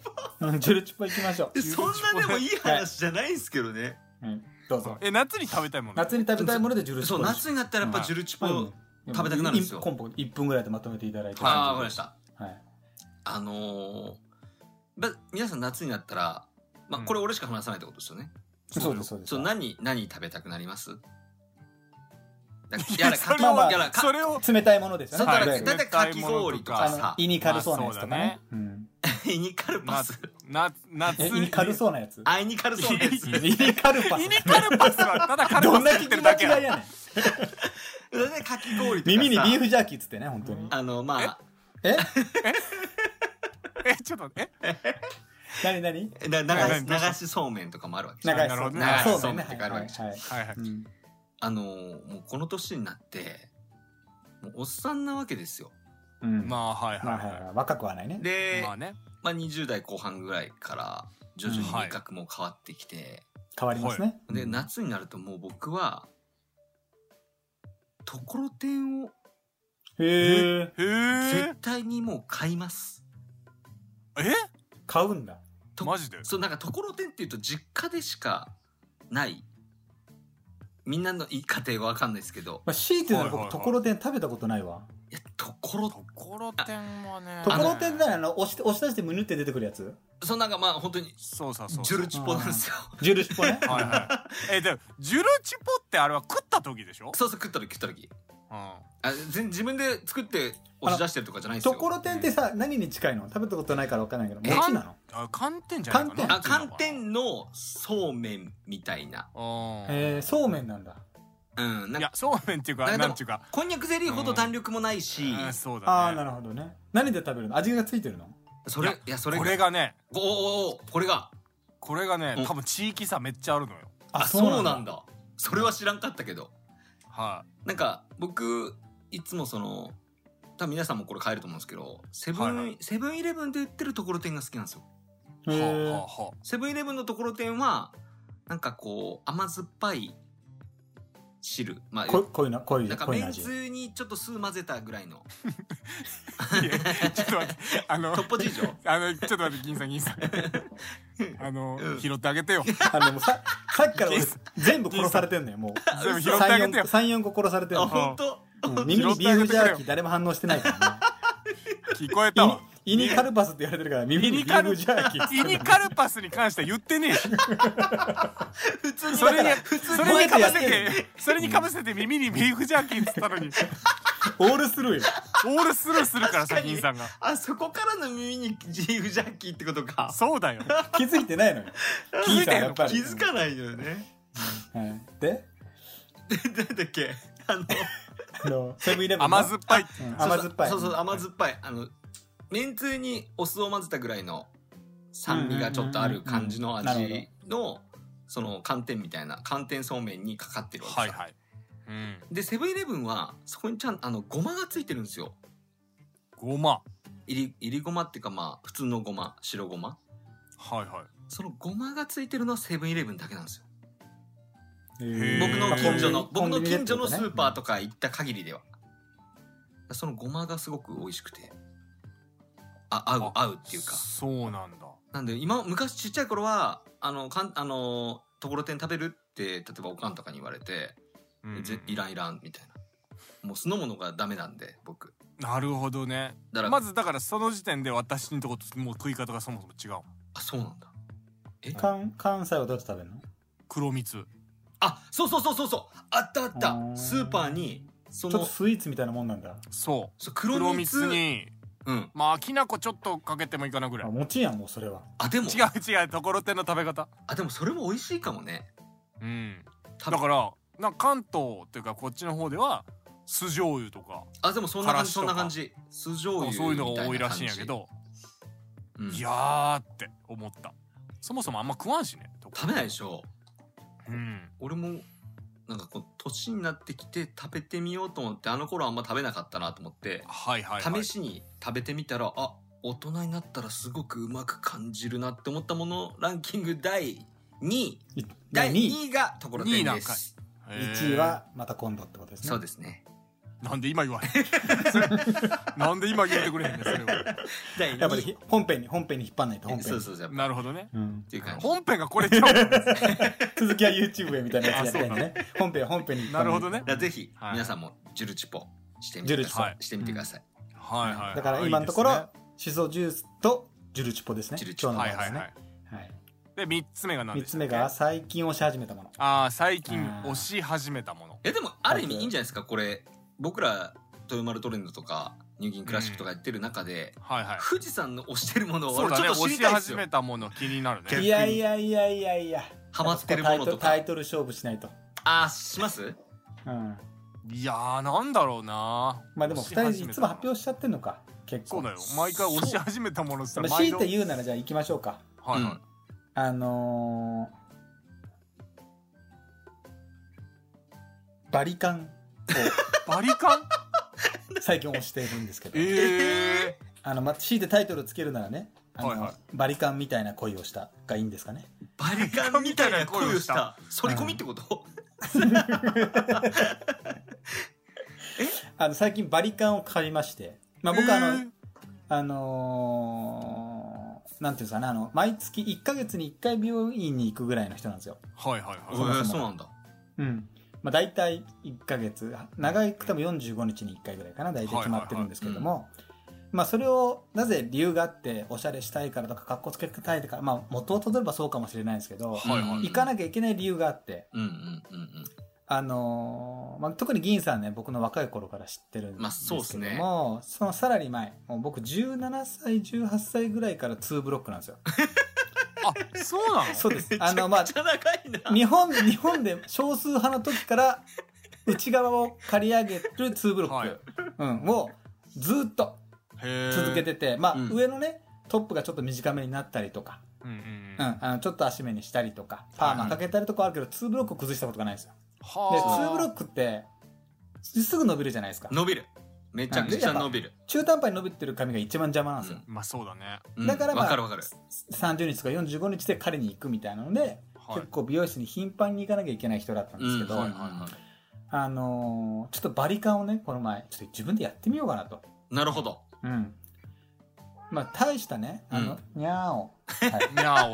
A: うんジュルチポ行きましょう
B: え そんなでもいい話じゃないんですけどね
A: うんどうぞ
C: え夏に食べたいもの
A: 夏に食べたいものでジュルチポ
B: そう夏になったらやっぱジュルチポ
A: うん
B: 食べたくなるんですよ
A: いコンボ1分ぐらいでまとめていただいて
B: ああわかりました
A: はい
B: あのーば皆さん夏になったらまあこれ俺しか話さないってことですよね
A: そうですそうです
B: そう何何食べたくなりますだいやだ
C: そ
B: か
C: れ
A: まあ
C: を、
A: まあ
B: いやだか
C: それを
A: 冷たいものですよ
B: そう
A: ね
B: だ
A: いわ
B: か
A: ゆ
B: ら
A: る
B: だいたいかき氷とか
A: あ
B: さ
A: の胃に軽そうなやつとか
C: まあそう
A: ね
C: だね
A: うん
B: 胃にカルパス
C: な夏
A: え胃に軽そうなやつ
B: あいにカルそうで
A: 胃
B: す
A: にカルパ
C: 胃
A: ス
C: にカルパスはただカル
A: ど
C: パ
A: ん
C: ス
A: な
C: 食
A: 聞
C: ってる
A: き
C: だけ
A: 間
C: や
A: 違いやねん
B: だいたいかき氷とかさ
A: 耳にビーフジャーキーっつってね本当に
B: あのまあ
A: え
C: えちょっとえ
A: 何何
B: な
C: は
B: 流
C: い
B: し流しそうめんとかもあるわけじゃん
A: 長い
C: なるほどね
A: 長い
B: そう
A: ね
B: ね
A: はいはいはい
C: はいはい
A: うん
B: あのーもうこの年になってもうおっさんなわけですよ
A: うんま
C: まあはい
A: あ
C: はい
A: はい
C: は
A: はい若くはないね
B: で
C: い、まあね
B: まあ、20代後半ぐらいから徐々に味覚も変わってきて、
A: 変わりますね
B: で夏になるともう僕はところてんを
A: へえ
C: へえ
B: 絶対にもう買います、
C: え
A: 買うんだ
B: と
C: マジで
B: そうなんかところてんっていうと実家でしかないみんなのいい家庭がわかんないですけど
A: まあ強いて言うなら
C: は
A: 僕
C: いはい
A: と
C: はい
A: ころてん食べたことないわ
B: いやところ
C: ところてんはね
A: ところてんな
C: よ
A: らあの押して押し出してむぬって出てくるやつ
B: そうなんかまあ本当に
C: そうそうそう
B: ジュルチポなんですよ
A: ジュルシポね
C: はいはいえでもジュルチポってあれは食った時でしょ
B: そうそう食った時食った時
C: う
B: あ全自分で作って押し出してるとかじゃないです
A: と
B: よ
A: ころてんってさ何に近いの食べたことないから分かんないけど
B: え
A: 餅なの
C: んあ寒天じゃないかな
B: あ寒天のそうめんみたいな
C: うん
A: えーそうめんなんだ
B: うんなん
C: いや
B: か
C: そうめんっていう
B: な
C: か
B: んかでも
C: なんていうか
B: こんにゃくゼリーほど弾力もないし、
C: あーそう
A: あ
C: だ
A: あーな
C: ね
A: るほどね何で食べるの味がついてるの
B: それ
C: い
B: い
C: や
B: やそれ
C: これがね
B: おおおおこれが
C: これがね
B: うん
C: 多分地域差めっちゃあるのよ
B: あそうなんだそれは知らんかったけど
C: はい
B: なんか僕いつもその多分皆さんもこれ買えると思うんですけどセブン、
C: はいはい
B: セブンイレブンで売ってるところてんが好きなんですよ
A: へ
C: はあ
A: ー
C: はあは
B: セブンイレブンのところてんはなんかこう甘酸っぱい汁まあ
A: こ濃いな濃い
B: なんか
A: 濃い
B: め
A: なん味
B: つにちょっと酢混ぜたぐらいの
C: あいやちょっと待ってあの
B: トッポ事情
C: あのちょっと待って銀さん銀さんあの
B: うん
C: 拾ってあげてよ
A: あのもう ささっきから俺
C: ジ
A: 全部殺されてんのよもう
C: 全部拾ってあげてよ
A: 34個殺されてる
B: あ
A: の
B: 本当
A: うん耳にビーフジャーキー誰も反応してないから
C: 聞こえた
A: ね
C: わ
A: 胃に胃にカルパスって言われてるから耳にビーフジャーキー
C: 胃にカルパスに関しては言ってねえし
B: 普通に
C: それに
B: 普通
C: それに
A: こ
C: かぶせ
A: うやって
C: てそれにかぶせて耳にビーフジャーキーっつったのに
A: オールスルーよ
C: オールスルーするから
B: 確
C: さ
B: かに
C: 銀さんが
B: あそこからの耳にジーフジャッキーってことか
C: そうだよ
A: 気づいてないのよ
C: 気づいてんの
A: やっぱり
B: 気づかないのよね
A: はいで
B: なんだっけあの
A: あのセブンイレブンの
C: 甘酸っぱいって
A: うん甘酸っぱい
B: そうそうそう甘酸っぱいあのめんつゆにお酢を混ぜたぐらいの酸味がちょっとある感じの
A: うんうんうんうんなる
B: 味のその寒天みたいな寒天そうめんにかかってるわけさ、
C: はいはいうん
B: でセブンイレブンはそこにちゃんあのごまがついてるんですよ
C: ごま
B: いりいりごまっていうかまあ普通のごま白ごま
C: はいはい
B: そのごまがついてるのはセブンイレブンだけなんですよ
C: へー
B: 僕の近所の僕の近所のスーパーと
A: か
B: か行った限りではそのごまがすごく美味しくてあ合う合うっていうか
C: そうなんだ
B: なんで今昔ちっちゃい頃はあのかんあのところてん食べるって例えばおかんとかに言われて、
C: うん
B: ぜいらんいらんみたいなもう酢の物がダメなんで僕
C: なるほどね
B: だから、
C: まずだからその時点で私のとこともう食い方がそもそも違う
B: あそうなんだ
A: 関関西はどうやって食べるの
C: 黒蜜
B: あそうそうそうそうそうあったあっ
A: あ
B: た
A: ー
B: スーパーにそ
A: ちょっ
B: の
A: とスイーツみたいなもんなんだ
C: そ
B: そう
C: う
B: 黒
C: 黒
B: 蜜
C: 蜜に
B: うん
C: まあきな粉ちょっとかけてもいいかなぐら
A: あ
C: い
A: もちやんもうそれは
B: あでも
C: 違う違うところてんの食べ方
B: あでもそれも美味しいかもね
C: うん
B: た
C: だからなんか関東っていうかこっちの方では酢醤油とか
B: あでもそんな感じそん
C: か
B: な
C: らしとか
B: 感じ酢醤油みた
C: そういう
B: いな
C: の
B: 感じ
C: が多いらしいんやけ、ど
B: うん
C: いやーって思ったそもそもあんま食わんしねとこ
B: 食べないでしょ
C: うん
B: 俺もなんかこう年になってきて食べてみようと思ってあの頃あんま食べなかったなと思って、
C: はいはいはい
B: 試しに食べてみたらあ大人になったらすごくうまく感じるなって思ったものランキング第2位
A: い
B: 第
A: 二
B: 2位がところて
C: 二位
B: ん
C: なん
B: で
C: かい
B: す
C: へー
A: 1位はまた今度ってことですね
B: そうですね
C: なんで今言わへんそれなん で今言ってくれへんねんそれは
B: 第2位
A: やっぱりひ本編に本編に引っ張らないと本編に
B: そうそうそうっ
C: なるほどね
A: うん
B: ていう感じ
C: 本編がこれちゃう
A: 続きは YouTube へみたいなやつやりたいんでね
C: あ
A: 本編は本編に引っ張
C: な
A: ら
C: る
A: い
C: ほ
A: と
C: どね
B: だからぜひ
C: はい
B: 皆さんもジュルチポしてみ
A: ジ
B: て
A: ュ
B: く
A: ルチ
B: だ
C: ポ
B: さいしてみてください
C: はいはい
A: だから今のとこ
C: いい
A: ろしそジュースとジュルチポですね
B: ジュルチポ
A: 今
C: です
A: 日
C: ね
A: の場合で
C: はいは
A: すね
C: いはい
A: はい
C: で三つ目が何
A: 3
C: でし
A: つ
C: たっけ
A: 目が最近押し始めたもの
C: ああ最近
A: あー
C: 押し始めたもの
B: えでもある意味いいんじゃないですかこれ僕ら豊丸トレンドとかニューギンクラシックとかやってる中で、
C: はいはい
B: 富士山の推してるものを
C: そう
B: 俺
C: だ
B: ち
C: ね
B: ょっと知
C: 押
B: り
C: した
B: いです
C: 始
B: よ、
C: めたもの気になる
B: 逆
A: い
B: に
C: ね
A: やいやいやいやいや
B: ハマってるものとか
A: タイトルタイトル勝負しないと
B: あーしま
A: う
B: す
A: ん
C: いやーなんだろうな
A: まあでも
C: 押
A: 2
C: し始
A: 人い
C: めた
A: つも発表しちゃってんのか結
C: そ
A: 構
C: うだよ毎回押し始めたものっつった
A: ま
C: ら
A: あ強
C: 毎
A: い
C: 度
A: て言うならじゃあ行きましょうか
C: はいはい
A: あのー、バリカンを
C: バリカン
A: 最近押してるんです けど、
C: ええ
A: あの、ま、強いてタイトルつけるならね、あの
C: はいはい
A: バリカンみたいな恋をしたがいいんですかね。
B: バリカンみたいな声をした反り込みってこと、
A: あの、最近バリカンを買いまして、まあ、僕はあの、
C: えー
A: あのーなんていうんですかね、あの、毎月1ヶ月に1回美容院に行くぐらいの人なんですよ。
C: はいはい
B: え
A: そうだ
B: ー
C: は
A: そうだ
B: そうなんだ
A: うん。まあ、大体1ヶ月、長くても45日に1回ぐらいかな、大体決まってるんですけども、まあ、それを、なぜ理由があって、おしゃれしたいからとか、格好つけたいとか、まあ、元をたどればそうかもしれないんですけど、
C: はいはい
A: 行かなきゃいけない理由があって、
B: うんうんうん
A: あのーまあ、特に銀さんね、僕の若い頃から知ってるん
B: ま
A: で
B: あそうっ
A: すけ
B: す
A: ど
B: ね
A: も、そのさらに前、もう僕17歳、18歳ぐらいから2ブロックなんですよ。
C: いあそうなの
A: そうです。
B: うん
A: あの、まあ
B: め、ちゃくちゃ長いな
A: 日本、日本で少数派の時から内側を刈り上げる2ブロック、
C: はい
A: うん、をずっと
C: へー
A: 続けてて、まあ、
B: うん
A: 上のねトップがちょっと短めになったりとか、
C: うんうん
A: う
C: うんん、
A: あのちょっと足目にしたりとかパーマかけたりとかはあるけど2ブロック崩したことがないんですよで
C: は
A: 2ブロックってすぐ伸びるじゃないですか
B: 伸びるめちゃくちゃ伸びる、
A: 中途半端に伸びてる髪が一番邪魔なんですよ、
C: まあそうだね
B: うん
A: だからまあ
B: わかるわかる
A: 30日とか45日で彼に行くみたいなので、
C: はい
A: 結構美容室に頻繁に行かなきゃいけない人だったんですけど、
B: うんはい
A: あのーちょっとバリカンをねこの前ちょっと自分でやってみようかなと、
B: なるほど
A: うん、まあ大したねあの、にゃーお、はい、
C: にゃ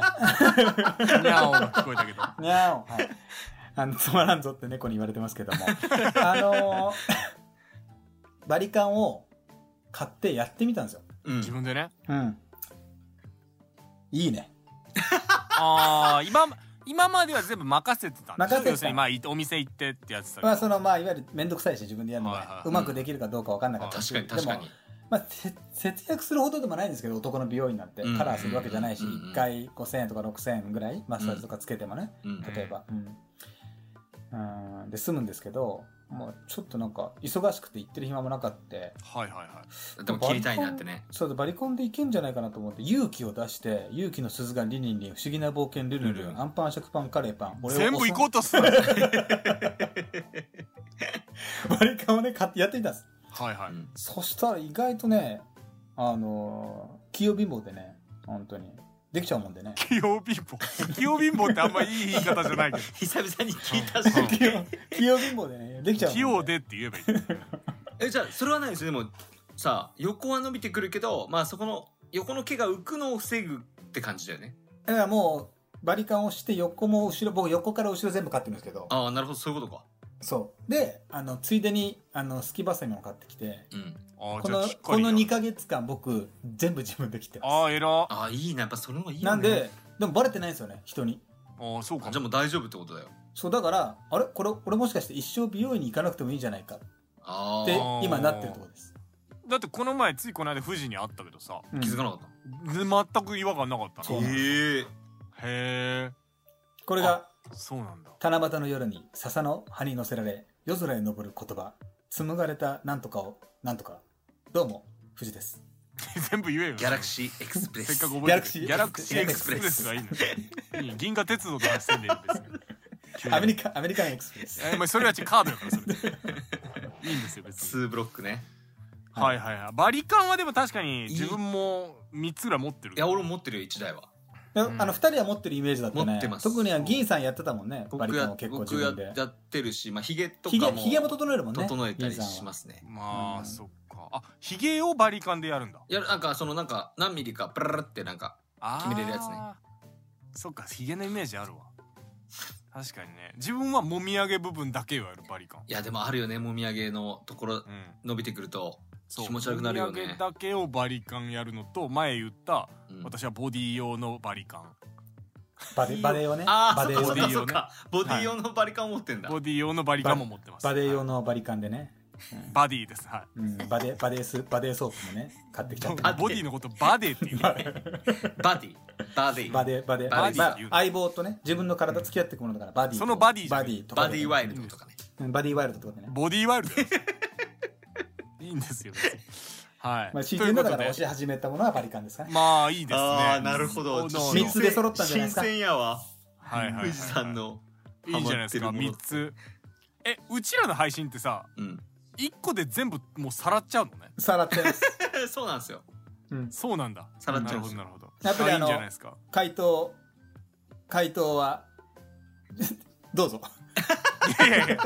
C: おにゃおが聞こえたけど
A: にゃお、はい、あのつまらんぞって猫に言われてますけども あのーバリカンを買ってやってみたんですよ、
B: うん
C: 自分でね
A: うん、いいね
C: ああ今今までは全部任せてたんでしょ
A: 任せてた
C: 要するにまあいお店行ってってやつだけど
A: まあそのまあいわゆる面倒くさいし自分でやるのが、
C: はいはい
A: うんうまくできるかどうか分かんなかった
B: 確
A: し
B: かに確か
A: でも
B: に、
A: まあ、せ節約するほどでもないんですけど男の美容院なんて
B: うん
A: カラーするわけじゃないし、
B: うん
A: 1回5000円とか6000円ぐらいマッサージとかつけてもね、
B: うん
A: 例えば、うんうんで済むんですけどもうちょっとなんか忙しくて行ってる暇もなかって
C: はいはいはい
B: でも切りたいなってね
A: そうだバリコンでいけんじゃないかなと思って勇気を出して勇気の鈴がリリンリン不思議な冒険ルルルン、
B: ルルン
A: アンパン食パンカレーパン俺を
C: 全部行こうと する
A: バリカンをね買ってやってみたんです
C: はいは
B: う
C: い
B: ん
A: そしたら意外とね、あのー、器用貧乏でね、本当に。できちゃうもんでね。
C: 器用貧乏器用貧乏ってあんまいい言い方じゃないけ
B: 久々に聞いたし
C: うん
A: 器用器用貧乏でね、できちゃ
C: ど
A: う
C: 器用
A: もん
C: でって言えばいい
B: えじゃあそれはないですでもさ横は伸びてくるけどまあそこの横の毛が浮くのを防ぐって感じだよね
A: だからもう、バリカンをして横も後ろ、僕横から後ろ全部買ってるんですけど。
B: ああなるほどそういうことか
A: そう。で、あの、ついでに、あの、すきばさみも買ってきて、
B: うん
C: あー
A: こ
C: じゃあ
A: の、
C: きっか
A: こ
C: り
A: の
C: だ
A: 2ヶ月間僕、全部自分で切ってます。
C: ああ偉
B: ああいいなやっぱその方がいいよ、ね、
A: なんで、でもバレてないんですよね、人に。
C: ああそうか
B: じゃあもう大丈夫ってことだよ
A: そう、だから、あれこれ、俺もしかして一生美容院に行かなくてもいいんじゃないか
B: あ
A: って
B: あ、
A: 今なってるところです。
C: だってこの前ついこの間富士に会ったけどさ
A: うん
B: 気づかなかった
C: で全く違和感なかった
A: そう
C: な
A: な
C: へ
A: んです
B: え
C: え
A: これが、
C: そうなんだ
A: 七夕の夜に笹の葉に乗せられ夜空へ昇る言葉紡がれたなんとかをなんとかどうも藤です
C: 全部言えよ
B: ギャラクシーエクスプレ
C: せっ
B: ス
C: かく覚えてる
A: ギャラクシー
C: ギャラクシーエクスプレスがいいのいい銀河鉄道とかしてんでる別に急に
A: アメリカアメリカンエクスプレス
C: えーまあ、それは違うカードやからそれいいんですよ別に
B: 2ブロックね
C: はいはいはいバリカンはでも確かに自分も3つぐらい持ってる
B: いや俺持ってるよ1台は
A: で
C: うん
A: あの二人は持ってるイメージだった
B: 持
A: ね
B: ってます
A: 特には銀さんやってたもんねバリカ
B: 僕
A: ン
B: や
A: を結構自
B: 僕や
A: 分で
B: やってるしまあヒゲと
A: ひ
B: か
A: げ
B: も
A: ひげも整えるもんね
B: 整えたりしますすね
C: まあ、
A: うん
C: そっかあヒゲをバリカンでやるんだ
B: いやなんかそのなんか何ミリかプララってなんか
C: あー
B: 決めれるやつね
C: そっかヒゲのイメージあるわ確かにね自分はもみあげ部分だけをやるバリカン
B: いやでもあるよねもみあげのところ
C: うん
B: 伸びてくると
C: そう
B: 気持ち悪くなるよね
C: もみあげだけをバリカンやるのと前言った
B: うん
C: 私はボディ用のバリカン
A: バデバデをね
B: ああ
A: バ
B: そ
A: デ
B: っ
A: 用
B: かそっか
A: の
B: そっかボディ用のバリカンを持ってんだ
C: ボディ用のバリカンも持ってます
A: バデ用
C: の
A: のバリカンでね
C: バディですはい
A: うんバデバデスバデソープもね買ってきちゃって
B: バ
A: ね
B: ディ
C: ボディのことバディって言 う
B: バディバディ
A: バデバデ
B: バディ
A: まあ相棒とね自分の体付き合っていくものだからバディと
C: そのバディじゃな
A: バ
C: い
A: ディとか
B: バ
A: で
B: ディワイルドとかね
A: うんバディワイルドとかでね
C: ボディーワイルドよいいんですよ別にはい、
A: まあ、
C: と
A: 新
C: い
A: 鮮
C: うこ
A: だか
C: と
A: ら
C: で
A: 推し始めたものはバリカンですかね。
C: まあいいですね
B: ああなるほど
C: お
B: ち
C: の
B: ょ
C: お
B: っと
C: の
A: 三つで揃ったんじゃないですか
B: 新鮮やわ
C: はいはいはいはい
B: 富士山の
C: いいじゃないです
B: ハマってるも
C: か三
B: の
C: つえうちらの配信ってさ
B: うん
C: 一個で全部もうさらっちゃうのね
A: さらってます。
B: そうなんですよ
A: うん。
C: そうなんだ
B: さらっちゃうん
C: な
B: です
C: るほど
B: よ
C: な
A: や
C: るほど
A: っぱり
C: あ
A: あ
C: いい
A: の
C: んじゃないですか
A: 回答、回答は、 どうぞ。
C: いやいやいや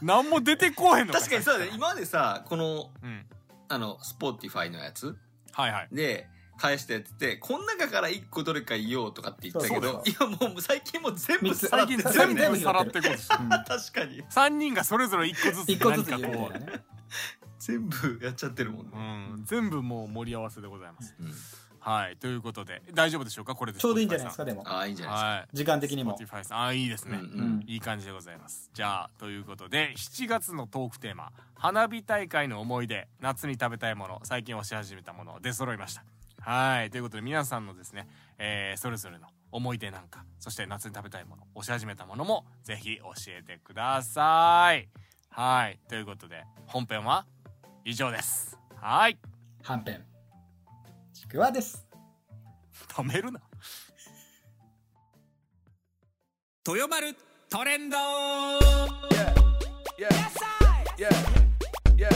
C: 何も出てこへんの
B: 確かにそうだね
C: ね
B: 今までさこの
C: うん
B: あのスポーティファイのやつ
C: はいはい
B: で返したやつってこの中から1個どれか言おうとかって言ったけ
A: そう
B: ど
A: そ
B: いやもう最近もう全部
A: 三つ
B: さら
C: 最
B: って
C: 近
B: る
A: さ
C: 全
A: 全
C: 部
A: 部
C: さらっていこうとして
A: うん
B: 確かに
C: 3人がそれぞれ一個ずつ
A: 一
C: で
A: 個ず
C: 何
A: つ
C: か
A: 言うみ
C: こ
A: たいなね。
B: 全部やっちゃってるもん
C: う、う
B: ね、
C: ん、全部もう盛り合わせでございます
B: うん
C: はいということで大丈夫でしょうかこれで
A: ちょうどいいんじゃないです
C: か
A: か、でも。
B: ああいいんじゃない
C: はい
A: 時間的にも。
C: Spotify さんあーいいです
B: で
C: ね
B: す、か、
A: う
B: うんうん
A: ん。
C: いい感じでございますじゃあということで7月のトークテーマ「花火大会の思い出夏に食べたいもの最近推し始めたもの」出揃いましたはいということで皆さんのですね、えーそれぞれの思い出なんかそして夏に食べたいもの推し始めたものもぜひ教えてくださいはいということで本編は以上ですはい
A: はんぺんちくわです
C: 止めるな
E: 豊丸トレンド
F: Yeah. Yeah. Yeah.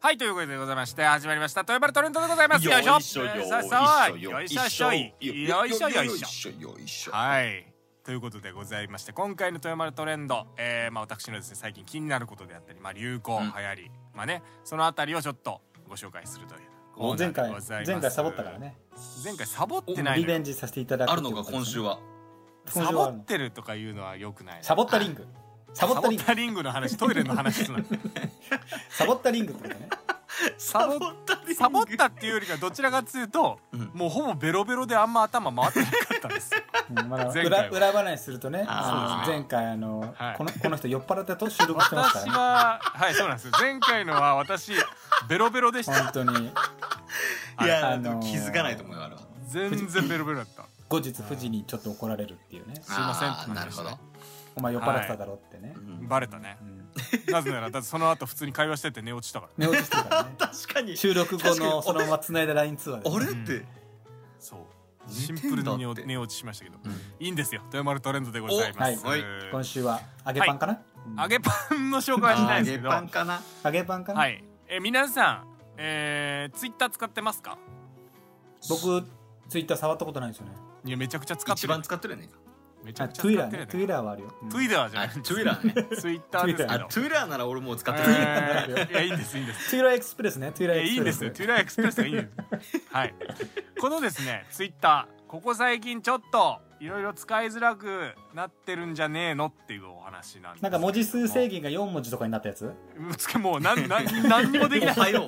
C: はいということでございまして始まりました豊丸トレンドでございますよいしょさあさあよいしょよいしょよいしょよいしょはい。ということでございまして今回の富山トレンド、えーまあ、私のですね最近気になることであったり、まあ、流行、
B: うん
C: 流行り、まあね、そのあたりをちょっとご紹介するというコーナ
A: 前
C: ーで
A: 回
C: ございます
A: 前回サボったからね
C: 前回サボってな
A: リ
C: いの
A: ベ
C: よ
A: ンジさせていただく
B: あるのが今週
A: は
B: は
A: 今
C: サ
A: 週
C: ボ
A: はあるの
C: ってるとかいうのはよくない
A: サボったリングサボったリング
C: サボったリングの話トイレの話す な
A: サボったリングってことね
C: サボ
B: ったり
C: サボったっていうよりかどちらかっていうと、
B: うん
C: もうほぼベロベロであんま頭回ってなかったんです
A: うんまだ
C: 前回は
A: 裏裏話するとね
B: あー
A: 前回あの、
C: はい
A: このこの人酔っ払ってと収録してますから
C: 私
A: ね
C: ははいそうなんですよ前回のは私ベロベロでした
A: 本当に
B: いや
A: あのー
B: 気づかないと思うよあれはす
C: 全然ベロベロだった
A: 後日富士にちょっと怒られるっていうね
C: すいませんって
B: な
C: 感じ
B: る
C: でし
B: ほ
C: た
B: ど
C: ね
A: お前酔っ払ってただろってね、
B: うん
C: バレたね
A: うん
C: なぜならだってその後普通に会話してて寝落ちたから
A: 寝落ちしてたからね
B: 確かに
A: 収録後のそのまま繋いだ LINE 通話でね、
B: あれって
C: そう
B: 寝て
C: シ
B: ん
C: ン
B: だ
C: プルに寝
B: って
C: 落寝落ちしましたけど
B: うん
C: いいんですよ豊丸トレンドでございます
A: お
B: はい
A: 今週は揚げパンかな、うん
C: 揚げパンの紹介はしないですけど
B: あー鉄板かな
A: 揚げパンかな、
C: はいえ皆さんえツイッター Twitter 使ってますか
A: 僕ツイッター触ったことないんですよね
C: いやめちゃくちゃ使って
B: 一
C: る
B: 番使ってるよね
C: めち
A: あ
C: ゃくちゃ
A: トゥイ
C: 使
A: ラ
C: っ
A: ー
C: て
A: ね
C: る
A: トゥイラーはあるよ、うん
C: トゥイラーじゃ
B: あ
C: ない
B: トゥイラーね
C: ツイッターですけ
B: あ
C: ど
B: トゥイラーなら俺もう使ってる
C: えーいやいいんですいいんです
A: トゥイラーエクスプレスねトゥイラー
C: いや
A: エク
C: い
A: ス
C: い
A: プレス
C: んですよ。トゥーラーエクスプレスがいいんです。はい。このですね、ツイッター、ここ最近ちょっと、いろいろ使いづらくなってるんじゃねえのっていうお話なんです。
A: なんか文字数制限が4文字とかになったや つ
C: うん。つけもう、なん、なん、何にもできな。
B: おはいよう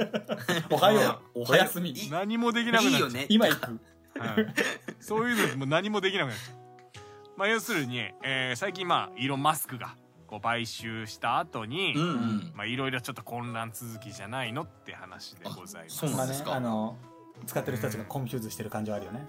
A: おはよう
B: お
A: お
B: はよう
A: やすみ
B: い
C: 何もできなく
B: い
C: ないっちゃ
B: よ
C: う。
B: ね
A: 今行く
C: うんそういうのも何もできなくなっちゃう。まあ、要するに、えー最近まあ、イーロンマスクが、こう買収した後に、
B: うんうん
C: まあ、いろいろちょっと混乱続きじゃないのって話でございます。
B: あそう
A: ま
B: な
A: あ
B: んで
A: ね
B: すか
A: あの使ってる人たちがコンフューズしてる感じはあるよ ね、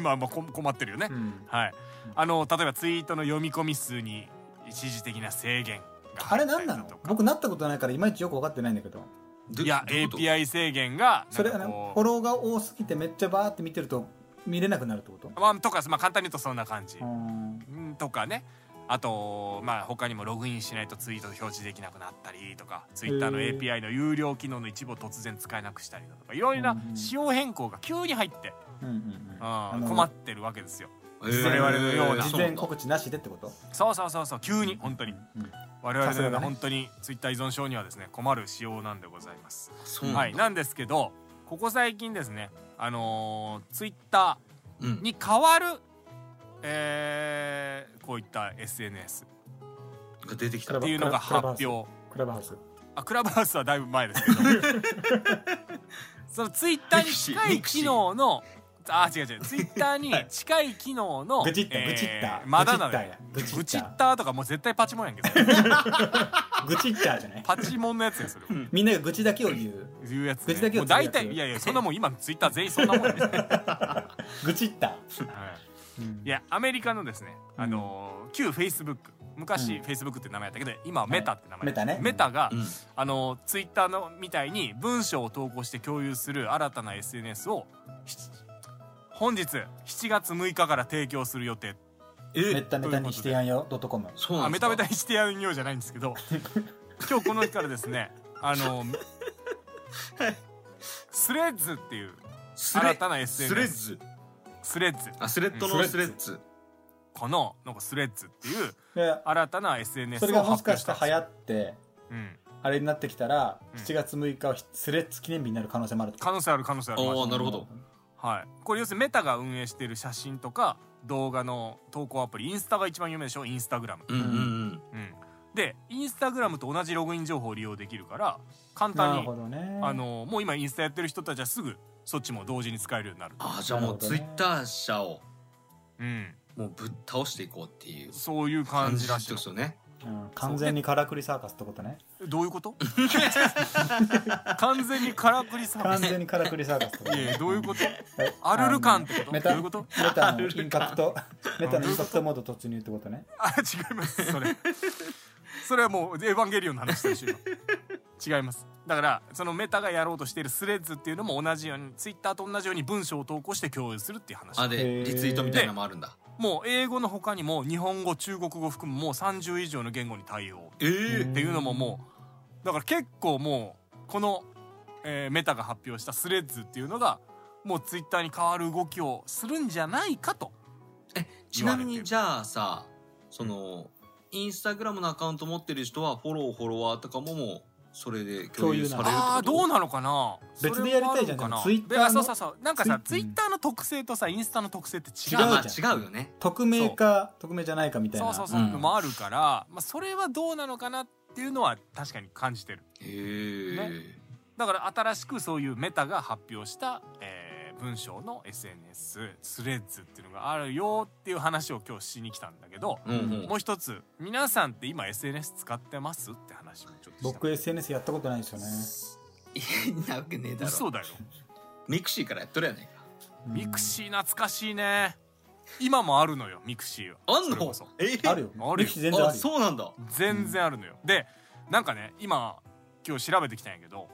C: まあまあ、こ困ってるよね。
A: うん
C: はい、あの例えばツイートの読み込み数に一時的な制限が
A: あれ何なの
C: とか
A: 僕なったことないからいまいちよく分かってないんだけど
B: ど
C: いや
B: どういうこと
C: API 制限が
A: それあ
C: なんか
A: のフォ
C: こ
A: ローが多すぎてめっちゃバーって見てると見れなくなるってこと
C: うまあとか、まあ、簡単に言うとそんな感じ
A: う、ん
C: うんとかねあとまあ他にもログインしないとツイート表示できなくなったりとかツイッターの
A: へー
C: API の有料機能の一部を突然使えなくしたりだとかいろいろな
A: うんうん
C: 仕様変更が急に入って、
A: うんうん
C: うん
A: の
C: 困ってるわけですよ
B: えー
C: 我々のような
A: 事前告知なしでってこと
C: そうそうそうそう急に本当に
A: うん
C: 我々
A: さす
C: の
A: が
C: よ
A: だね
C: うな本当にツイッター依存症にはですね困る仕様なんでございます
B: そうな
C: は
B: ん
C: い、
B: だ
C: なんですけどここ最近ですねあのー、ツイッタ
B: う
C: ー
B: ん
C: に代わる、えー、こういった SNS
B: が出てきた
A: クラ
C: っ
A: ブ
C: ていうのが
A: クラブ
C: 発表
A: クラブハウス
C: あクラブハウスはだいぶ前です けどそのツイッターに近い機能のあ違う違うツイッターに近い機能の
A: 愚痴った
C: えー
A: 愚痴った
C: まだなのよ
A: 愚痴ったや
C: 愚痴
A: 愚痴った
C: ったとかもう絶対パチモンやんけど
A: 愚痴っちゃうじゃない
C: パチモンのやつやそれは
A: みんなが愚痴だけを言う
C: いうやつ、
A: 愚痴だけ
C: ね、
A: を
C: もう大
A: つぶや
C: 体
A: く
C: いやいやそんなもん今のツイッター全員そんなもん ですよ、はい
A: 愚痴った、うん
C: いやアメリカのですね、あのー旧フェイスブック昔
A: うん
C: フェイスブックって名前だったけど今はメタって名前、
A: メタね
C: メタが、
B: うん
C: あのツイッター Twitter のみたいに文章を投稿して共有する新たな SNS をし本日7月6日から提供する予定
A: め
B: え
A: っためたにしてやんよドットコム
B: そうな
C: あ
B: んで
C: メ
B: すか
C: タメタにしてやるようじゃないんですけど今日この日からですねあのースレッズっていう
B: スレ
C: 新たな
B: スレッ
C: SNS
B: ズ
C: スレッズ
B: あスレッドのスレッズ
C: このなんかスレッズっていう
A: いや
C: 新たな
A: そ
C: SNS を
A: れが
C: 発
A: も
C: 表
A: しかし
C: してたんです
A: 流
C: よ
A: 行って
C: うん
A: あれになってきたら、
C: うん
A: 7月6日はスレッズ記念日になる可能性もあるってこ
C: 可能性ある可能性あるマジ
B: お
C: で
B: ーなるほど
C: はいこれ要するにメタが運営している写真とか動画の投稿アプリインスタが一番有名でしょインスタグラム、
B: うんうんうん
C: うんでインスタグラムと同じログイン情報を利用できるから簡
A: とな
C: 単
A: る
C: に
A: ほどね
C: あのもう今インスタやってる人たちはすぐそっちも同時に使えるようになる、
B: あじゃあもう
A: なるほ
B: ツ
A: ど
B: イ
A: ね
B: ッター社を
C: うん、
B: もうぶっ倒していこうっていう
C: そういう
B: 感
C: 感
B: じ
C: じ
B: ら
C: ら
B: しい
C: しい
B: で
C: の
B: すよね
A: うん完全にからくりサーカスってことね
C: どういうこと 完全にからくりサーカ
A: 完
C: ス
A: 全にからくりサーカスってこと
C: いやいやどういうこと
A: え
C: アルルカンってこと
A: メ
C: どう
A: タ
C: いう
A: メ
C: こと
A: タのインパクトメタのインパクトモード突入ってことね
C: あ違いますそれ それはもうエヴァンゲリオンの話でしょ今違いますだからそのメタがやろうとしているスレッズっていうのも同じようにツイッターと同じように文章を投稿して共有するっていう話
B: あ
A: へ
B: で
A: ー
B: リツイートみたいなのもあるんだ
C: もう英語の他にも日本語中国語含むもう30以上の言語に対応
B: えー
C: っていうのももうだから結構もうこの、えーメタが発表したスレッズっていうのがもうツイッターに変わる動きをするんじゃないかと
B: ちなみにじゃあさそのインスタグラムのアカウント持ってる人はフォローフォロワーとかももうそれで共有されるってこと
C: あーどうなのかな
A: 別でやりたいじゃん
C: それもあるのかな
A: ツイッターの
C: であそうそうそうなんかさツ
A: ツ
C: イ
A: イ
C: ッターの特性とさインスタの特性って違う
B: まあまあ
A: 違う
B: 違
A: じ
B: うよね
A: 匿名か匿名じゃないかみたい
C: そ
A: な
C: うそうそう、
A: ん
C: のもあるから、まあ、それはどうなのかなっていうのは確かに感じてる
B: へえ、
C: だから新しくそういうメタが発表した、えー文章の SNS スレッズっていうのがあるよっていう話を今日しに来たんだけど、
B: うんうん
C: もう一つ皆さんって今 SNS 使ってますって話もちょっとした
A: 僕 SNS やったことないですよね
B: いやなわけねえだろ
C: 嘘だよ
B: ミクシーからやっとるやないか
A: うん
C: ミクシー懐かしいね今もあるのよミクシーは
B: あん
C: それ
B: の
C: こそ
B: え
A: あるよ
C: あるよ
A: ミクシー全然あ
B: あ
A: るよ
B: そうなんだ
C: 全然あるのよ、でなんかね今今日調べてきたんやけど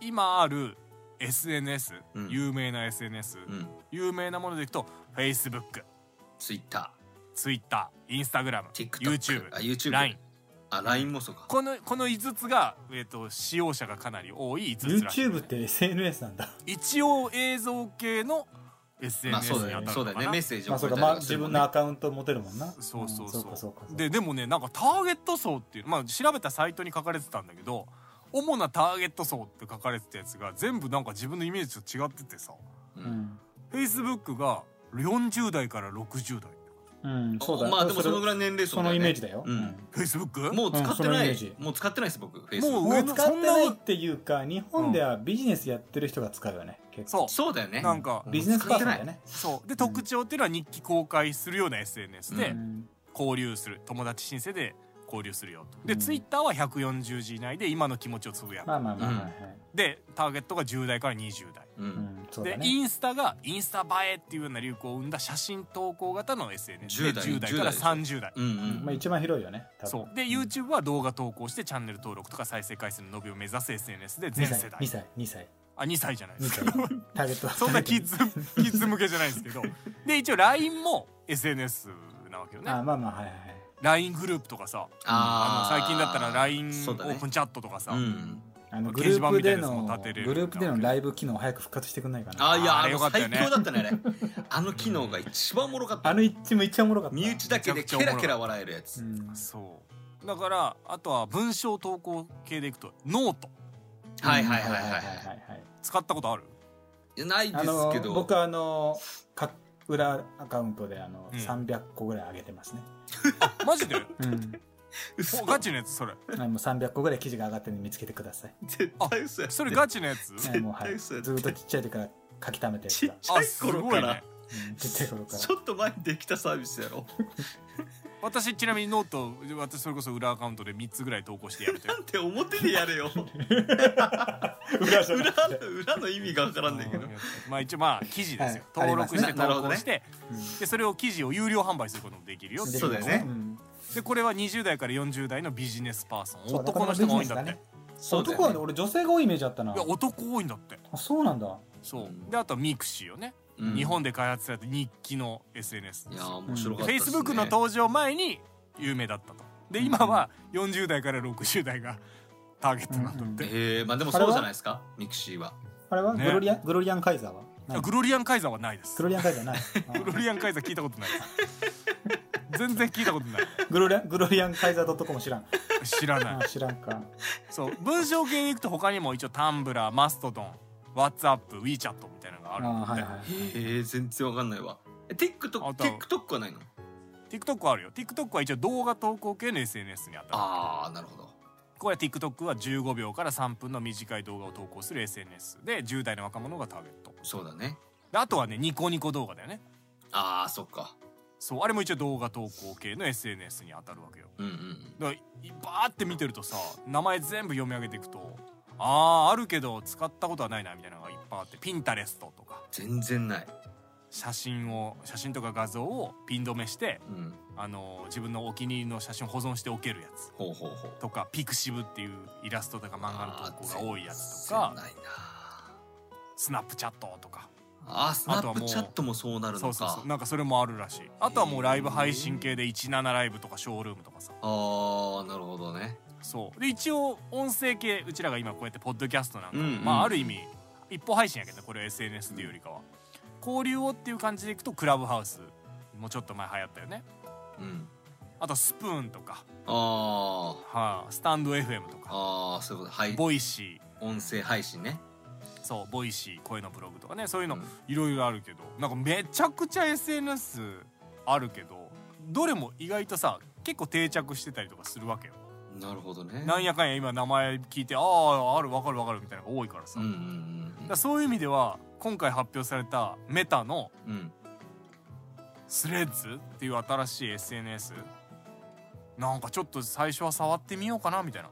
C: 今ある SNS、
B: うん
C: 有名な SNS、
B: うん
C: 有名なものでいくと Facebook
B: ツイッタ
C: Twitter、Instagram、
B: ー TikTok
C: YouTube
B: あ YouTube
C: LINE
B: あ LINE もそうか
C: このこの5つが、えー、と使用者がかなり多い5つらしい
A: YouTube って SNS なんだ
C: 一応映像系の
B: まあ
C: SNS
B: そうだ
C: に
B: よ
C: あ
B: ね
C: た
B: そう
C: の
B: だ
C: か
B: よね
C: な、
B: メッセージ
A: ま
B: を
A: あそ
B: 送
A: う
B: れ
A: か
B: たり
A: まあ
B: とかす
A: 自
B: る
A: 分
B: もんね
A: のアカウント持てるもんな
C: そうそうそう,、
A: んかそうかそうか
C: ででもねなんかターゲット層っていうまあ調べたサイトに書かれてたんだけど主なターゲット層って書かれてたやつが全部なんか自分のイメージと違っててさ
A: うん、
C: Facebook が40代から60代
A: うん、そうだ
B: まあでもそのぐ
A: らい
B: らいの年齢層
A: そ
B: だ
A: の
B: よね
A: イメージだよ、
B: うん
C: Facebook?
B: もう使ってな
A: うんその
B: い
A: イメージ
B: もう使ってないです僕フェイス
C: もう
A: も
C: 上
A: う
C: の
A: 使っ
C: そ
A: て
C: ん
A: ないっ
C: な
A: ていうか日本ではビジネスやってる人が使うよね結構
B: そ
C: そう
B: うだよね
C: なんか
A: ビジネスパーソンだよね
C: そうで特徴っていうのは日記公開するような SNS
A: う
C: で
A: ん
C: 交流する友達申請で交流するよとで、
A: うん
C: Twitter は140字以内で今の気持ちをつぶやく
A: まあまあまあまあ、はいはい
C: でターゲットが10代から20代
B: うん
A: うん、そう
C: で、
A: だ
C: イ
A: ね
C: ンスタがインスタ映えっていうような流行を生んだ写真投稿型の SNS で
B: 10代
C: 10代から
B: 10代
C: 30代
B: うんうん
A: まあ一番広いよね多分
C: そうで YouTube は動画投稿してチャンネル登録とか再生回数の伸びを目指す SNS で
A: 2
C: 全世
A: 歳
C: 代
A: 2歳2歳
C: あ2歳じゃないで
A: 2
C: す
A: 歳
C: か
A: ターゲットは
C: そんなキッズキッズ向けじゃないですけどで一応 LINE も SNS なわけよね
A: あまあまあはいはい
C: LINE グループとかさ
B: あ
C: あ
B: ー
C: の最近だったら LINE オ
B: そうだね
C: ープンチャットとかさ、
B: うん
A: あの
C: 掲
A: グル
C: 示板
A: ープ
C: みたい
A: で
C: なやつも
A: の
C: 立てれる
A: グループでのライブ機能早く復活してくんないかな
B: あいや
C: あ
B: あ
C: れよ
B: の
C: かったよ
B: 最
C: ね
B: 強だったねあれあの機能が一番おもろかった
A: あの一も一番おもろかった
B: 身内だけでケラケラ笑えるやつ
A: うん
C: そうだからあとは文章投稿系でいくとノート
B: はいはいはいはい
A: は
B: はい
A: はいはい
C: 使ったことある
B: いやないで
A: あ
B: す
A: の
B: けど
A: 僕はあのか裏アカウントであの、
C: うん
A: 300個ぐらい上げてますね、
C: マジで
A: うん、
B: 嘘
C: おガチのやつそれ
A: あの300個ぐらい記事が上がってるので見つけてください
B: 絶対嘘やって
C: それガチのやつ
A: はいもうはい
B: 対
A: ず
B: そうやって
A: ーっとちっちゃい時から書き溜めて
B: ち
A: る
B: っ
A: か
B: ちゃ
C: あ
B: い
C: す
B: 頃
C: ご
B: か
C: い
B: ら
C: ね
A: ら、うん、ちっちゃい頃から
B: ちょっと前にできたサービスやろ
C: 私ちなみにノート私それこそ裏アカウントで3つぐらい投稿してやめて
B: なんて表でやれよ
A: 裏じゃ
B: 裏
A: なく
B: の
A: て
B: 裏の意味がわからんねんけど
C: まあ一応まあ記事ですよ、
A: はい
C: 登録して
B: ありますね
C: 投稿して、
A: うん
C: でそれを記事を有料販売することもできるよってい
B: そうだよね
A: ん
C: でこれは20代から40代のビジネスパーソン
A: そう
C: 男の人が多いんだって、
A: なかなかビジネス
B: そうだよ
A: 男
B: ね
A: はね俺女性が多いイメージあったない
C: や男多いんだって
A: あそうなんだ
C: そう、
B: うん
C: であとはミクシーよね、
B: うん
C: 日本で開発された日記の SNS
B: い
C: です
B: や面白かったっすね
C: Facebook の登場前に有名だったとで今は40代から60代がターゲットなんだって、
B: ええまあでもそうじゃないですかミクシーは
A: あれは、
C: ね
A: グロリアングロリアンカイザーはない
C: グロリアンカイザーはないです
A: グロリアンカイザーない
C: グロリアンカイザー聞いたことないです全然聞いたことない
A: あグロリアングロリアンカイザー .com 知らん
C: 知ら
A: あ
C: ない
A: 知らんか
C: そう文章系でいくと他にも一応タンブラーマストドン WhatsAppWeChat みたいなのが
A: あ
C: あるので
A: はいはい
B: ええ全然わかんないわえ
C: あ
B: TikTok
C: と
B: TikTok はないの
C: TikTok はあるよ TikTok は一応動画投稿系の SNS にあたる
B: ああなるほど
C: これ TikTok は15秒から3分の短い動画を投稿する SNS で10代の若者がターゲット
B: そうだね
C: であとはねニコニコ動画だよね
B: ああそっか
C: そうあれも一応動画投稿系の SNS に当たるわけよ
B: うんうん
C: だからいバーって見てるとさ名前全部読み上げていくとあーあるけど使ったことはないなみたいなのがいっぱいあってピンタレストとか
B: 全然ない
C: 写真を写真とか画像をピン止めして
B: うん
C: あの自分のお気に入りの写真を保存しておけるやつ
B: ほうほうほう
C: とかピクシブっていうイラストとか漫画の投稿が多いやつと
B: あー全然
C: か
B: ないな
C: スナップチャットとか
B: あースナ
C: あとは
B: ッ
C: も
B: プ
C: う
B: チャットもそうなるのか
C: そうそうそうなんかそれもあるらしいあとはもうライブ配信系で17ライブとかショールームとかさ
B: ああなるほどね
C: そうで一応音声系うちらが今こうやってポッドキャストなんか、
B: うんうん
C: まあある意味一方配信やけどねこれ SNS というよりかは、交流をっていう感じでいくとクラブハウスもうちょっと前流行ったよね
B: うん
C: あとスプーンとか、
B: あー
C: はあ、スタンド FM とか
B: あーそういうことはい
C: ボイシ
B: 音声配信ね
C: ーそうボイシー声のブログとかねそういうの
B: うん
C: いろいろあるけどなんかめちゃくちゃ SNS あるけどどれも意外とさ結構定着してたりとかするわけよ
B: なるほどね
C: なんやかんや今名前聞いてあああるわかるわかるみたいなのが多いからさ、
B: うんうん
C: だからそういう意味では今回発表されたメタの
B: うんうん
C: スレッズっていう新しい SNS なんかちょっと最初は触ってみようかなみたいな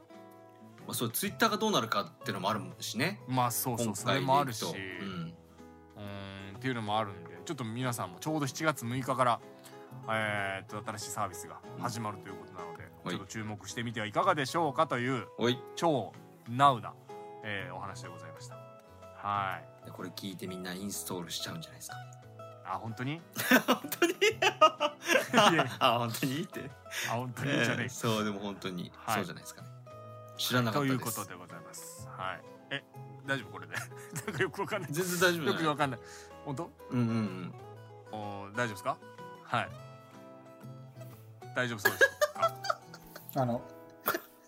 B: まあ、そうツイッターがどうなるかっていうのもあるしね
C: まあそうそう
B: 今
C: それ
B: 回でいくと
C: もあるし、
B: う
C: うん
B: ん、
C: んっていうのもあるんでちょっと皆さんもちょうど7月6日からえーっと新しいサービスが始まるということなので、
B: はい
C: ちょっと注目してみてはいかがでしょうかという
B: おい
C: 超ナウな、えーお話でございましたはい
B: これ聞いてみんなインストールしちゃうんじゃないですか
C: あ本当に
B: 本当にあ本当にいいって
C: あ本当にじゃねえ
B: えーそうでも本当に、
C: はい
B: そうじゃないですかね知らなかっ
C: と
B: た
C: い
B: です
C: うことでございます。はい。え、大丈夫これで。 なんかよくわかんない。
B: 全然大丈夫
C: よ
B: じ
C: く
B: ゃな
C: わ
B: い
C: かんない。本当？
B: うんうんうん
C: おー大丈夫ですか？はい。大丈夫そうです。
A: あの、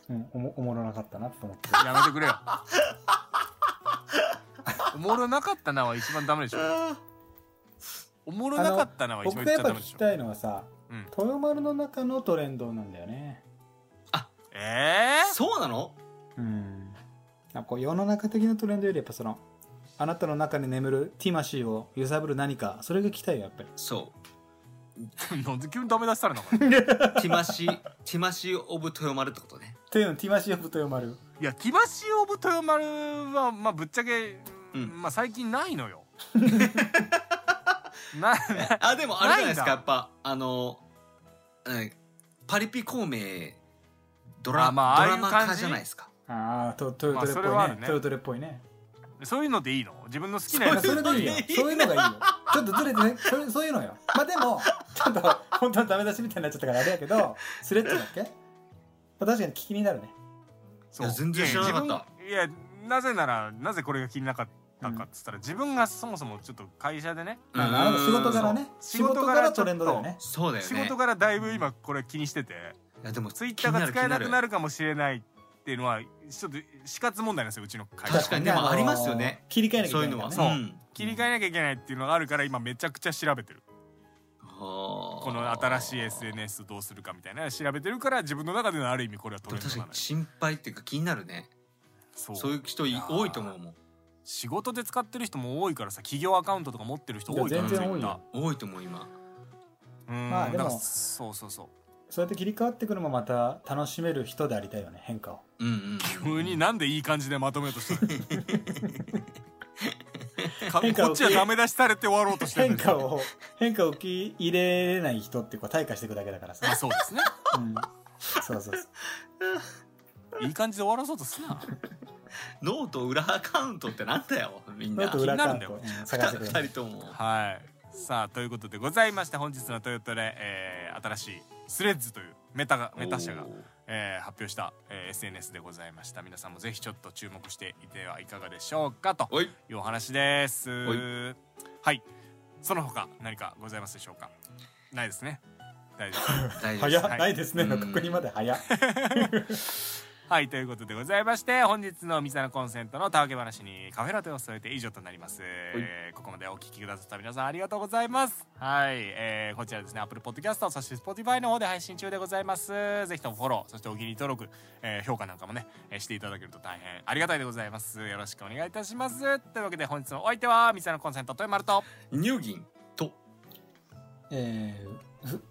A: うん、おもおもろなかったなと思って。
C: やめてくれよ。おもろなかったなは一番ダメでしょ。おもろなかったなは一
A: 僕
C: 番
A: が
C: 言
A: や
C: っ
A: っ
C: ちゃ
A: ぱ
C: ダメ
A: 聞
C: でし
A: き
C: ょ。
A: たいのはさ、
C: うん
A: 豊丸の中のトレンドなんだよね。
C: ええ
B: そうなの
A: うん。なんかこう世の中的なトレンドよりやっぱその、あなたの中に眠るティマシーを揺さぶる何か、それが聞きたいよ、やっぱり。
B: そう
C: なんで急にダメ出したらなんか。
B: ティマシティマシオブ豊丸ってことね
A: というの、ティマシーオブ豊丸。
C: いやティマシオブ豊丸はまあぶっちゃけ、
B: うん
C: まあ最近ないのよ。な
B: あでもあれじゃないですか
C: な
B: や
C: いんだ
B: っぱあの、うん、パリピ孔明ド
C: あ
B: ラ,、
C: まあああ
B: ド
C: い
B: ラ
C: う
B: マ化
C: 感じ
B: じゃないですか
A: ああ、とトヨトレっぽいね。
C: まあそれはあるね
A: トヨトレっぽいね。
C: そういうのでいいの自分の好きな
A: ま
C: や
A: あ
C: つ
A: それでい いよ。そういうのがいいよ。ちょっとずれてね、それそういうのよ。まあでも、ちょっと本当のダメ出しみたいになっちゃったからあれやけど、スレッズだっけまあ確かに聞きになるね。
C: そう
B: いや全然知らなかった
C: いや自分いやなぜならなぜこれが気になかったかっつったら、自分がそもそもちょっと会社でね
A: まあまああの仕事
B: が
A: 柄ね。
C: そ
A: 仕
C: う
A: 事柄トレンドだよね。
B: そうだよね
C: 仕事からだいぶ今これ気にしてて、
B: いやでも
C: ツイッターが使えなくな
B: る
C: るかもしれないっていうのはちょっと死活問題なんですようちの会社
B: 確かにでも
A: のー
B: ありますよね
A: 切り替えなき
B: そ
A: ゃ
B: う
A: い
B: いう
A: けな
B: の
A: いから
B: は
A: ね。
C: そう
B: うん
C: 切り替えなきゃいけないっていうのがあるから今めちゃくちゃ調べてるこ
B: こ
C: の新しい SNS どうするかみたいなの調べてるから自分の中でのある意味これはトレンド
B: 確
C: な
B: か
C: の
B: に
C: よ
B: 心配っていうか気になるね
C: そう
B: そういう人い
C: やー
B: 多いと思うもん
C: 仕事で使ってる人も多いからさ企業アカウントとか持ってる人多いから
A: 全然多い
C: Twitter
A: よ。
B: 多いと思う今
C: うん
A: まあでも
C: だからそうそうそう
A: そうやって切り替わってくのもまた楽しめる人でありたいよね、変 化を。
B: うんうん
C: 急になんでいい感じでまとめようとしたの
A: 変化
C: か
A: を
C: こっちはダメ出しされて終わろうとしてる
A: 変
C: んだよ
A: 化を、変化を受け入れない人ってこう退化していくだけだからさ
C: まあ。そうですね
A: うん。そうそうそう。
C: いい感じで終わらそうとすな
B: ノート裏アカウントってなんだよみん
A: ちょ
B: な
A: っと裏
C: 気にな
A: 感
C: るんだよ
A: とうん探してくれ
B: 二
A: る。
B: 人とも
C: はいさあということでございまして本日のトヨタレ、えー新しいスレッズというメタがメタ社が
B: おー
C: えー発表した、えー SNS でございました皆さんもぜひちょっと注目していてはいかがでしょうかと
B: おい
C: いうお話です
B: おい
C: はいその他何かございますでしょうかないですね大丈夫です
B: 大丈夫で
A: 早
B: す
A: っないですね。
B: うん
A: 確認まで早っ。
C: はいということでございまして本日の「ミサのコンセント」のたわけ話にカフェラテを添えて以上となります、えーここまでお聞きくださった皆さんありがとうございますはい、えーこちらですね Apple Podcast そして Spotify の方で配信中でございますぜひともフォローそしてお気に入り登録、えー評価なんかもね、えーしていただけると大変ありがたいでございますよろしくお願いいたしますというわけで本日のお相手はミサのコンセントとまると
B: 乳銀と
A: えーふ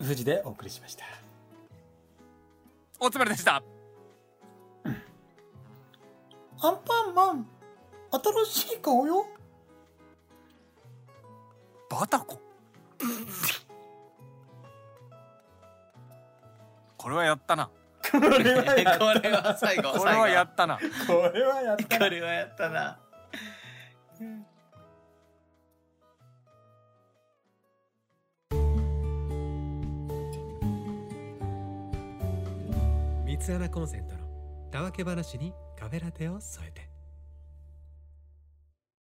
A: 富士でお送りしました
C: おつまりでした
A: アンパンマン新しい顔 よ
C: バタコこれはやったな
A: これはやった
B: これは最後
C: これはやったな
A: これはやった
B: これはやったな
D: 三つ穴コンセントのたわけ話にカフェラテを添えて